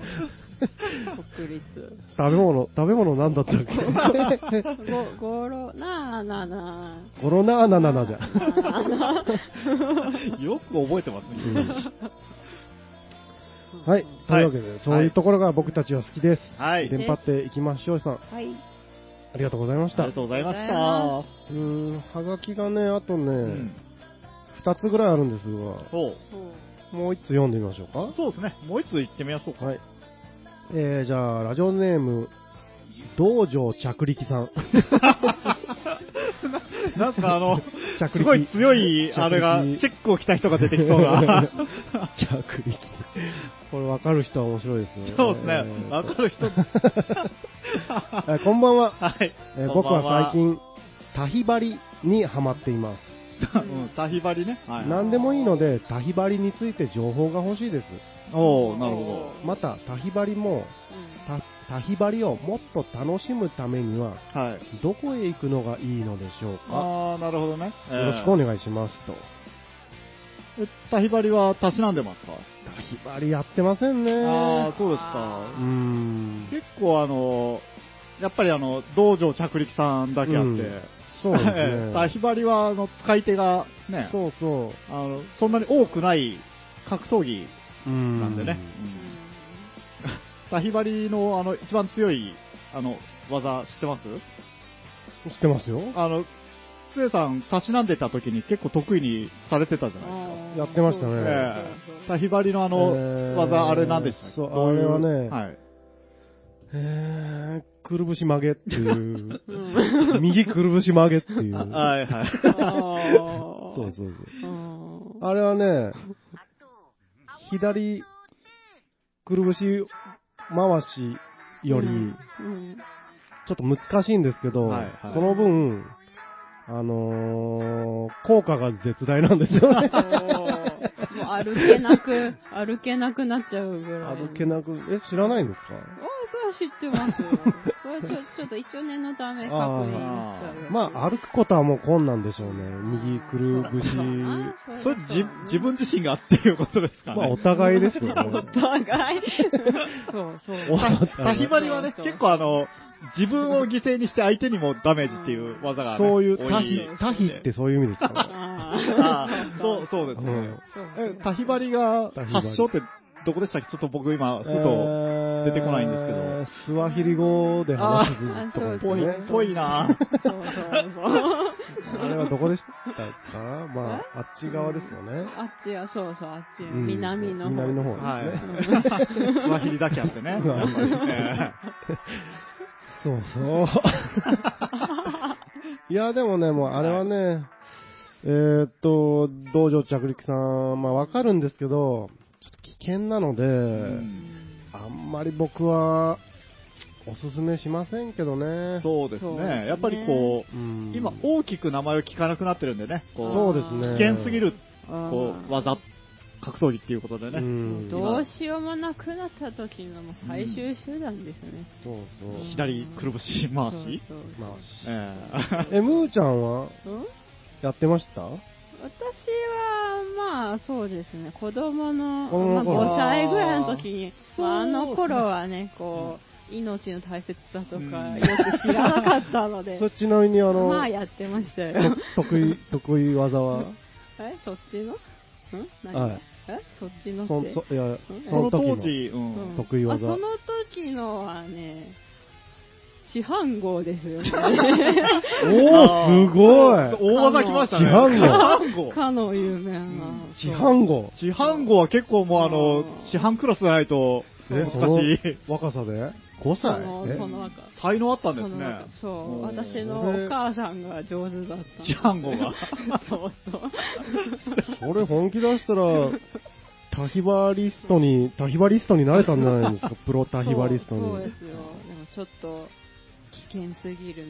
S4: そう国立。
S2: 食べ物、食べ物なんだったっ け
S4: ご、ごろ、なあなあな
S2: ゴロナーナナナじゃ。
S4: あ。なあなあ
S1: よく覚えてますね。
S2: はい。というわけで、そういうところが僕たちは好きです。
S1: はい。
S2: 電波っていきましょう。さん、
S4: はい。
S2: ありがとうございまし
S1: あ
S2: た。
S1: りがとうございまし
S4: ありがとうございま
S1: た。
S2: うーん、はがきがね、あと
S1: う
S2: ね
S1: ん、
S2: 2つぐらいあるんですが、
S1: そう。
S4: そう
S2: もう1つ読んでみましょうか。
S1: そうですね。もう一つ行ってみましょうか。
S2: はい。えー、じゃあ、ラジオネーム、道場着陸さん。
S1: なんかあの、
S2: 着
S1: す
S2: 陸
S1: ごい強い、あれが、
S2: 着陸
S1: チェックを着た人が出てきそう な。
S2: 着陸。これ分かる人は面白いですよね。
S1: そうですね
S2: えー。
S1: わかる 人。
S2: えーこんばんは、
S1: はい
S2: えー。
S1: こん
S2: 僕
S1: ばん
S2: は最。近、タヒバリにハマっています。
S1: うん、タヒバリね。はい。
S2: 何でもいいので、タヒバリについて情報が欲しいです。
S1: おおなるほど。
S2: また、タヒバリも、タタヒバリをもっと楽しむためには、
S1: はい。
S2: どこへ行くのがいいのでしょうか。
S1: ああ、なるほどね。
S2: よろしくお願いしますと。
S1: えタヒバリはたしなんでますか
S2: タヒバリやってませんね。
S1: ああ、そうです
S2: うー
S1: か。
S2: ん。
S1: 結構あの、やっぱりあの、道場着陸さんだ けあって、
S2: うんそうです
S1: ええタ
S2: ね。
S1: ヒバリはあの、使い手がね、
S2: そうそ
S1: あの、そんなに多くない格闘技
S2: う。うん
S1: なんでね。うんタヒバリのあの、一番強い、あの、技知ってます
S2: 知ってますよ。
S1: あの、つえさん、たしなんでた時に結構得意にされてたじゃないですか。
S2: やってましたね
S1: ええタヒバリのあの、
S2: えー
S1: 技、あれなんでしたっけ
S2: そう
S1: どい
S2: あれはね
S1: はい。
S2: へえ、くるぶし曲げっていう。
S4: うん
S2: 右くるぶし曲げってい う。
S1: あはいはい。
S2: そうそうそう。
S4: うん
S2: あれはね、左くるぶし回しより、
S4: うん
S2: ちょっと難しいんですけど、
S1: はいはい
S2: その分、あのー、効果が絶大なんで すよね。
S4: そうもう歩けなく、歩けなくなっちゃうぐらい。
S2: 歩けなく、え、知らないんですか
S4: ああ、それは知ってますよ。それはちょちょっと一応念のため確認したよ
S2: まあ、歩くことはもう困難でしょうね。右くるぶし。
S4: あ
S1: それ
S4: うだ
S1: じ自分自身がっていうことですかね。
S2: まあ、お互いです よ
S4: お
S2: ね。
S4: 互い。そうそう。
S2: お互い
S1: タヒバリはね、
S4: そうそう
S1: 結構あの、自分を犠牲にして相手にもダメージっていう技が、ね、
S2: そういう、
S1: 多
S2: タヒ
S1: い、
S2: タヒってそういう意味ですか
S4: あ
S1: ああ、そう、そうですね。
S2: うん
S1: え、タヒバリが発祥ってどこでしたっけちょっと僕今、ふと、
S2: と
S1: 出てこないんですけど
S2: スワヒリ語で話すとこ
S4: あー
S2: です
S1: ぽい
S2: ね。、
S1: ぽいな
S4: そうそうそう。
S2: あれはどこでしたかなまあ、あっち側ですよね。
S4: あっちや、そうそう、あっちや、
S2: うん
S4: 南の方。
S2: 南の方
S1: は
S2: で
S1: い
S2: すね。。
S1: スワヒリだけあってね。やっぱりね
S2: そう そう。いや、でもね、もうあれはね、えーっと、道場着陸さん、まあわかるんですけど、ちょっと危険なので、
S1: うん
S2: あんまり僕は、おすすめしませんけどね。
S1: そうです
S4: そうですね
S1: ね。やっぱりこ
S2: う
S1: う、
S2: ん
S1: 今大きく名前を聞かなくなってるんでね。
S2: そ
S1: こ
S2: うです
S1: う、
S2: ね。
S1: 危険すぎる、
S4: あ
S1: こ
S4: ー
S1: う、技、格闘技っていうことで
S2: う
S1: ね。
S2: ん。そう
S4: どうしようもなくなった時のもう最終手段ですね。
S2: そう。
S1: 左くるぶし回し。
S4: そうそう
S2: まあ、
S1: え
S2: え、むーちゃんは
S4: うん
S2: やってました
S4: 私は、まあそうですね、子供の、
S2: 子供の
S4: まあ、
S2: 頃
S4: 5歳ぐらいの時に、
S1: あー
S4: まあ、あ
S1: そう
S4: の頃はね、こう、命の大切さとか、よく知らなかったので
S2: そ、れちなみにあの、
S4: まあやってましたよ。
S2: 得意、得意技は
S4: え、そっちのん何、
S2: はい
S4: え、そっちの
S2: そ
S4: っ
S2: ん
S4: て
S2: そ、いや、
S4: え
S1: ー
S2: そ
S1: そ
S2: の
S1: の
S2: 時
S1: 当
S2: の。
S1: 時、う
S4: うんん。
S2: 得意技
S4: あその時のはね、市販号ですよ
S2: おお
S4: ね。
S2: すご
S1: 大
S2: い
S1: 技来ましたね。
S2: 市販
S1: 号
S4: かの有名な。
S2: 市販号
S1: 市販号は結構もうあの
S4: うん、
S1: 市販クラスじゃないと、
S2: え
S1: 難、
S2: その
S1: しい。
S2: 若さで ?5
S4: そ
S2: 歳
S4: の
S2: え
S4: その若
S1: 才能あったんで
S4: そ
S1: すね
S4: の。そうう、
S1: ん
S4: 私のお母さんが上手だったの。
S1: 市販号が。
S4: そうそう。
S2: これ本気出したら、タヒバリストに、タヒバリストになれたんじゃない ですかプロタヒバリストに。
S4: そうそうですよ。でもちょっと、危険すぎる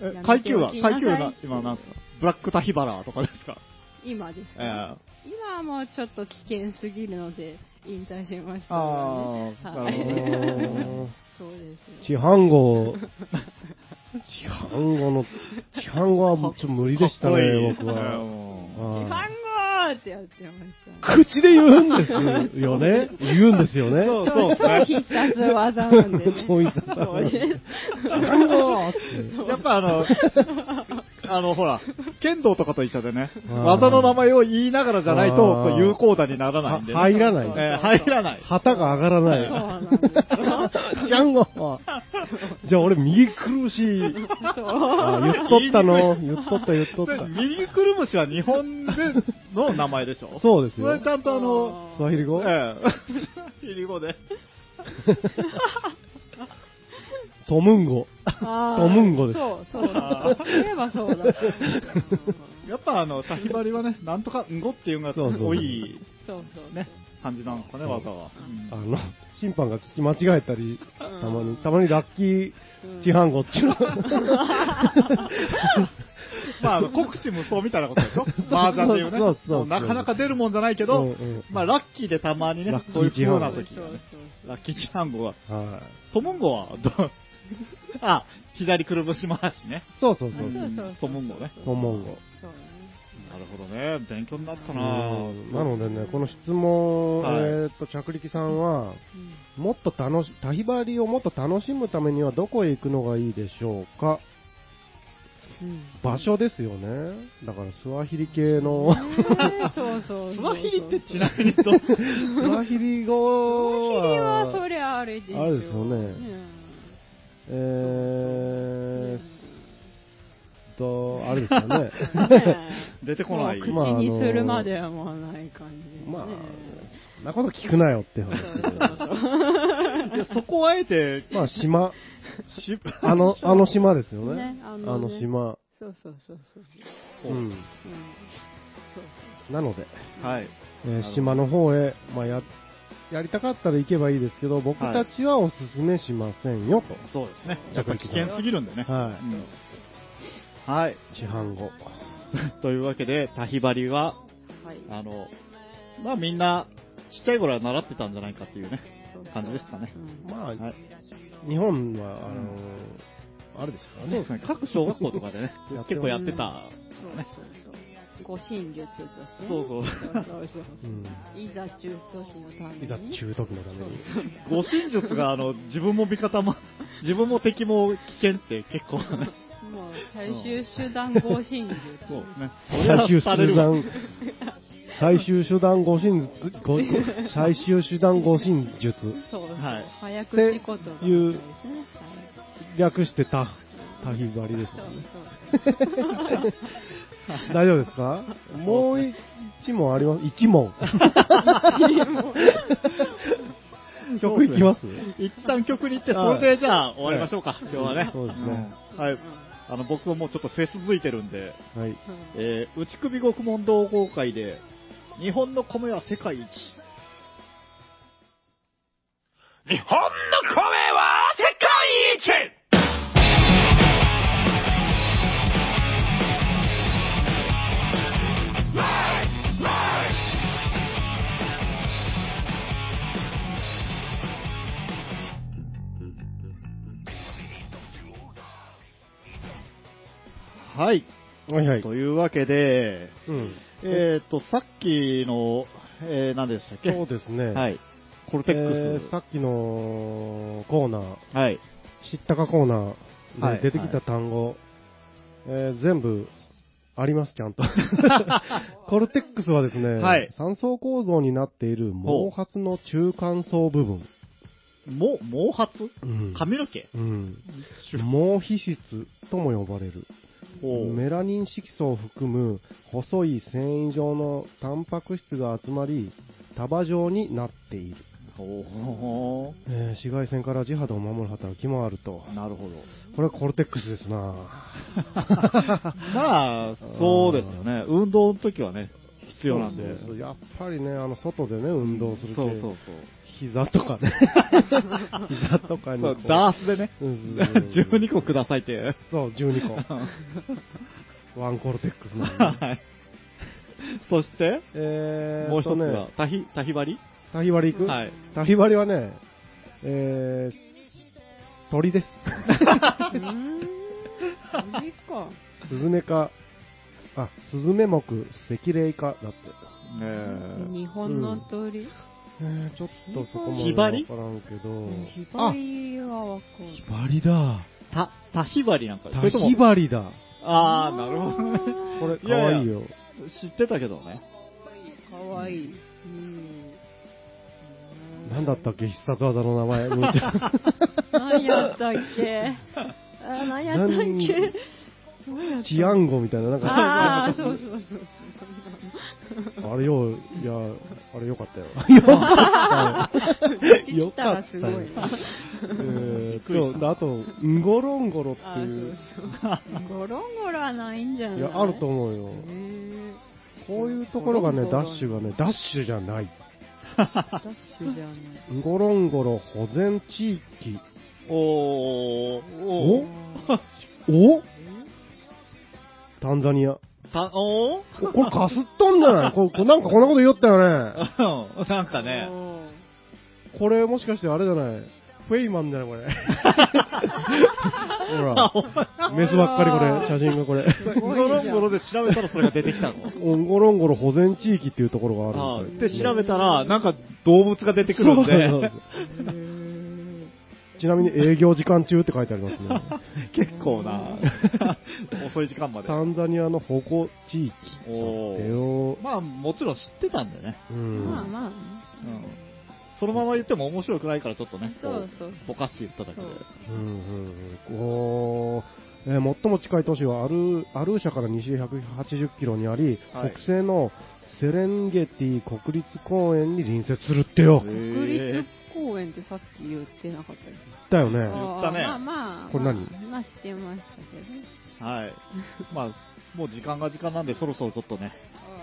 S4: ので。
S1: え階級は
S4: やめておきなさ
S1: 階
S4: い
S1: 級は今なんですかブラックタヒバラーとかですか
S4: 今ですか、
S1: え
S4: 今はもうちょっと危険すぎるので、引退しました、
S5: あー
S4: は
S5: なるほ
S4: い。
S5: ど
S4: そうです
S2: 市
S4: よ。
S2: 販後、市販後の、市販後はもうちょっと無理でした
S1: かっこい
S2: ね、
S1: い
S2: 僕は。
S4: 時
S2: あ
S4: 間後ってやってましたね。
S2: ー口で言うんですよね。言うんですよね。。
S1: そう
S4: 超超必殺技なんでね
S2: 超必殺技
S4: そうです。
S1: やっぱあの、あのほら、剣道とかと一緒でね、
S2: あー
S1: 技の名前を言いながらじゃないと、
S2: あー
S1: こう有効打にならないんで、
S2: は入らな
S1: え
S2: い。
S1: ー入らない。
S2: 旗が上がら
S4: そう
S2: ない。
S4: なんですよ。
S2: ジャンゴじゃあ俺右苦しい。あ言っとったの。言っとった言っとっ
S1: で
S2: た。
S1: ミニクルムシは日本での名前でしょ。
S2: そうです
S1: それ
S2: よ
S1: ち。ゃんとあの、
S2: スワヒリ語
S1: ええ、 ヒリ語で。
S2: トムンゴ。
S4: あー
S2: トムンゴです
S4: そう、そうだ。そういえばそうだった。
S1: やっぱあの、滝張りはね、なんとかんごっていうのが
S2: そうそう
S1: 多い
S4: そうそう。
S1: ね、感じなんですかね、技は。うん
S2: あの、審判が聞き間違えたり、た
S4: うん
S2: まに、たまにラッキーチハンゴっていうの。
S1: まああの、国士無双みたいなこと でしょ麻雀でいうね。
S2: そうそうそう
S1: もうなかなか出るもんじゃないけ
S2: うんう
S1: ど
S2: ん、
S1: まあ、ラッキーでたまにね
S2: ラッキ、ー
S1: そういう風な
S4: そう
S1: 時
S4: そ
S1: が
S4: う
S1: ね。ラッキーチハンゴは、
S2: はい。
S1: トモンゴは、どう あ、左くるぶし回しね。
S2: そうそう
S4: そ
S2: そうう。
S4: そうそう。
S1: トモンゴね
S2: トモンゴ。
S4: そうだね。
S1: なるほどね。勉強になった
S2: う
S1: なぁ
S2: んなのでね、この質問、
S1: はい
S2: えーっと、着力さんは、
S4: うん
S2: もっと楽し、タヒバリをもっと楽しむためにはどこへ行くのがいいでしょうか場所ですよね。だから、スワヒリ系の、
S4: ねえそうそうそうそう。
S1: スワヒリってちなみにどう
S2: スワヒリ
S4: スワ
S2: 語
S4: ヒリはそ
S2: は、
S4: りゃあれですよ。
S2: あれですよね
S4: うん
S2: えー、と、あれですよね。
S1: 出てこない。
S4: 口
S2: まああの
S4: にするまではもうない感じですね。
S2: まあ、そんなこと聞くなよって話ですけど。
S1: いやそこをあえて、
S2: まあ、島、
S1: し
S2: あの、あの島ですよね。
S4: ね
S2: あ
S4: あのね
S2: の島。
S4: そうそうそうそ
S2: う
S4: う。
S2: ん。
S4: うんそう
S2: なので、
S1: はい。
S2: えー
S1: ほど
S2: 島の方へ、まあ、や、やりたかったら行けばいいですけど、僕たちはおすすめしませんよ、
S1: そうですね。やっぱり危険すぎるんでね。
S2: と。は
S1: うんはい。
S2: い。市販後。
S1: というわけで、タヒバリは、
S4: そうはい。
S1: あの、まあみんな、ちっちゃい頃は習ってたんじゃないかっていうね、感じですかね
S4: う。ん
S2: まあ、
S1: はい
S2: 日本は、あのーあれですか
S1: そ
S2: ら
S1: う
S2: ね。
S1: ですね、各小学校とかでね
S2: やっ、て
S1: 結
S2: ます
S1: 構やってた。
S4: そうそうそう。護身術としてね。
S1: そうそう
S4: そうそうそう
S2: うん。
S4: いざ中途期のために。
S2: いざ中毒のために。
S1: 護身術が、あの、自分も味方も、 自分も敵も危険って結構ね、
S4: もう最終手段護身術。
S1: そうですね。
S2: 最終
S1: され
S2: 手
S1: るわ
S2: 段、最終手段護身術、ご最終手段護身術、
S4: そうそう
S1: はい
S4: 早口言葉みたいですね。はい
S2: 略してタ、タヒバリです
S4: そ
S2: ね
S4: う。そうそう。
S2: 大丈夫ですかもう一問あります一問。曲いきます
S1: 一旦曲に行って、そ
S2: はい
S1: れでじゃあ終わりましょうか、今日はね。
S2: そうですね
S1: うんはい。あの、僕はもうちょっとフェス続いてるんで、
S2: はい。
S1: えー、内首獄門同好会で、日本の米は世界一。
S6: 日本の米は世界一
S1: はい。
S2: はいはい。
S1: というわけで、
S2: うん。
S1: えっ、と、さっきの、えー、何でしたっけ
S2: そうですね。。
S1: はいい。コルテックス。
S2: さっきのコーナー、
S1: はい。
S2: 知ったかコーナ
S1: は
S2: ー
S1: い
S2: で出てきた単語、えー全部あります、ちゃんと。コルテックスはですね、
S1: はい
S2: 三層構造になっている毛髪の中間層部分。
S1: も、毛髪
S2: うん
S1: 髪の毛
S2: うん、毛皮質とも呼ばれる。
S1: ほう
S2: メラニン色素を含む細い繊維状のタンパク質が集まり、束状になっている。
S1: ほうほうほ
S2: えー紫外線から地肌を守る働きもあると。
S1: うなる ほど。
S2: これはコルテックスです な
S1: まあ、そうですよね。運動の時はね、必要なんで。
S2: そうそうやっぱりね、あの外でね、運動する系、
S1: そうそうそう。
S2: 膝と かね、膝とかに
S1: そ
S2: こ
S1: う
S2: う、
S1: ダースでね、
S2: うんうんうん
S1: 12個くださいって。
S2: そう、12個。ワンコルテックス なんで。
S1: はい。そして、
S2: えー
S1: もう一つ
S2: とね
S1: が、タヒ、タヒバリ
S2: タヒワリ行く
S1: はい。
S2: タヒワリはね、えー、鳥です。
S4: うーん。ダメか。
S2: スズメか、あ、スズメ目、赤霊か、だって。
S1: ね
S4: 日本の鳥。
S2: えー、ちょっとそこまで
S1: ヒバリ
S2: わからんけど、
S4: ヒバリはわかんない。
S2: バリだ。
S1: え。た、タヒバリなんか。そ
S2: タ
S1: れとも
S2: ヒバリだ。
S1: あー、なるほど ね。
S2: これ、か
S1: いやいや
S2: わいいよ。
S1: 知ってたけどね。
S4: かわいい。うん。
S2: なんだったっけ、必殺技の名 前。むーちゃん
S4: 何やったっけあ何やったっ
S2: 何
S4: けどうやった
S2: チアンゴみたいな、なんか、
S4: ああ、そうそうそう
S2: あれよ、いや、あれよかったよ。 よかったよ。
S4: そう。
S2: よ
S4: よ
S2: か
S4: か
S2: っよ
S4: ったたらすごいな。
S2: えーっと、あと、ンゴロンゴロって
S4: ああ、そ
S2: いう
S4: う、そう。ゴロンゴロはないんじゃない
S2: いや、あると思うよ
S4: へ。え
S2: こういうところがね、
S4: ゴロ
S2: ダ
S4: ンゴロ
S2: ッシュがね、ダッシュじゃない。
S4: ダッシュじゃない。
S2: ンゴロンゴロ保全地域。
S1: おー、
S2: お
S1: おー。
S2: おタンザニア。
S1: た、おー
S2: ここれかすっとんじゃないここなんかこんなこと言おったよね。
S1: うん なんかね。
S2: これもしかしてあれじゃないフェイマンじゃないこ れ。ほら、メスばっかりこれ、写真がこれ。
S4: す
S1: ゴ
S4: ごい
S1: ロンゴロで調べたらそれが出てきたの
S2: ンゴロンゴロ保全地域っていうところがあ
S1: あ
S2: るん
S1: ー
S2: で
S1: です調べたら、なんか動物が出てくるんで、
S2: そうそうそうちなみに営業時間中って書いてありますね。
S1: 結構な、 遅い時間まで。
S2: タンザニアの保護地域。
S1: お
S2: で
S1: ー
S2: よ、
S1: まあもちろん知ってたんでね、
S2: う
S4: うん
S2: ん。
S4: まあまあね。
S1: うん、そのまま言っても面白くないからちょっとね、こ
S4: そうそう。
S1: ぼかして言っただけ
S4: そ
S1: で。
S4: う。
S2: うんうんうんこう、えー最も近い都市はアルアルーシャから西へ180キロにあり、
S1: はい
S2: 北西のセレンゲティ国立公園に隣接するってよ、
S1: へ
S4: 国
S1: ー
S4: 立公園ってさっき言ってなかったっけ
S2: だよ
S4: あ
S2: ね。
S4: ー
S1: ったね
S4: まあまあ。
S2: これ何
S4: まあまあ知ってましたけど。
S1: はい。まあ、もう時間が時間なんで、そろそろちょっとね、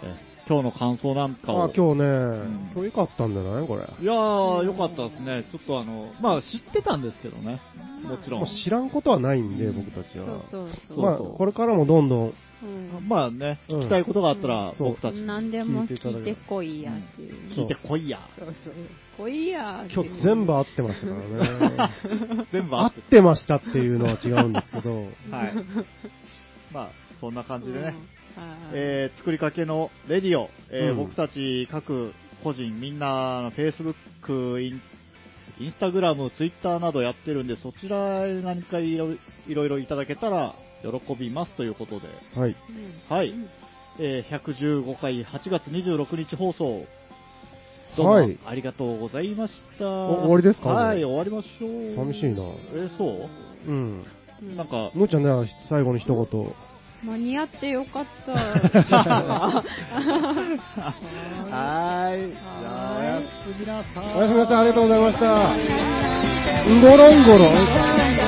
S1: え今日の感想なんかを。
S2: あ今日ね、
S1: ん
S2: 今日良かったんじゃないこれ。
S1: いやー、よかったですね。ちょっとあの、まあ知ってたんですけどね、もちろ。
S2: もうん知らんことはないんで、
S1: うん
S2: 僕たちは。
S4: そうそうそう。
S2: まあ、
S1: そうそう
S2: これからもどんどん、
S4: うん
S1: まあね、
S2: うん
S1: 聞きたいことがあったら、
S2: そう
S1: 僕たちに
S4: 何でも聞いてこいやっていう。
S1: 聞いてこいや。
S4: そうそう。こいやーって
S2: 今
S4: いう。
S2: 日全部合ってました からね。
S1: 全部
S2: 合
S1: あ
S2: っ
S1: って。
S2: てましたっていうのは違うんですけ ど、
S1: はい。まあ、そんな感じでね。
S4: うん。はい
S1: えー作りかけのレディオ、えー
S2: うん
S1: 僕たち各個人、みんな、Facebook、インインスタグラム、ツイッターなどやってるんで、そちらへ何かいろいろいろいただけたら喜びますということで、
S2: はい。
S1: はい、
S4: うん
S1: えー115回8月26日放送、どうも
S2: はい
S1: ありがとうございました。
S2: お終わりですか
S1: はい、終わりましょう。
S2: 寂しいな。
S1: えーそう
S2: うん。
S4: うん
S1: なんか、
S2: むーちゃんね、最後に一言。
S4: 間に合ってよかっ た。は
S1: はい。じ
S4: ゃあ
S1: すみなさ
S2: おやすみなさい、ありがとうございました。ゴロンゴロ。
S4: ーい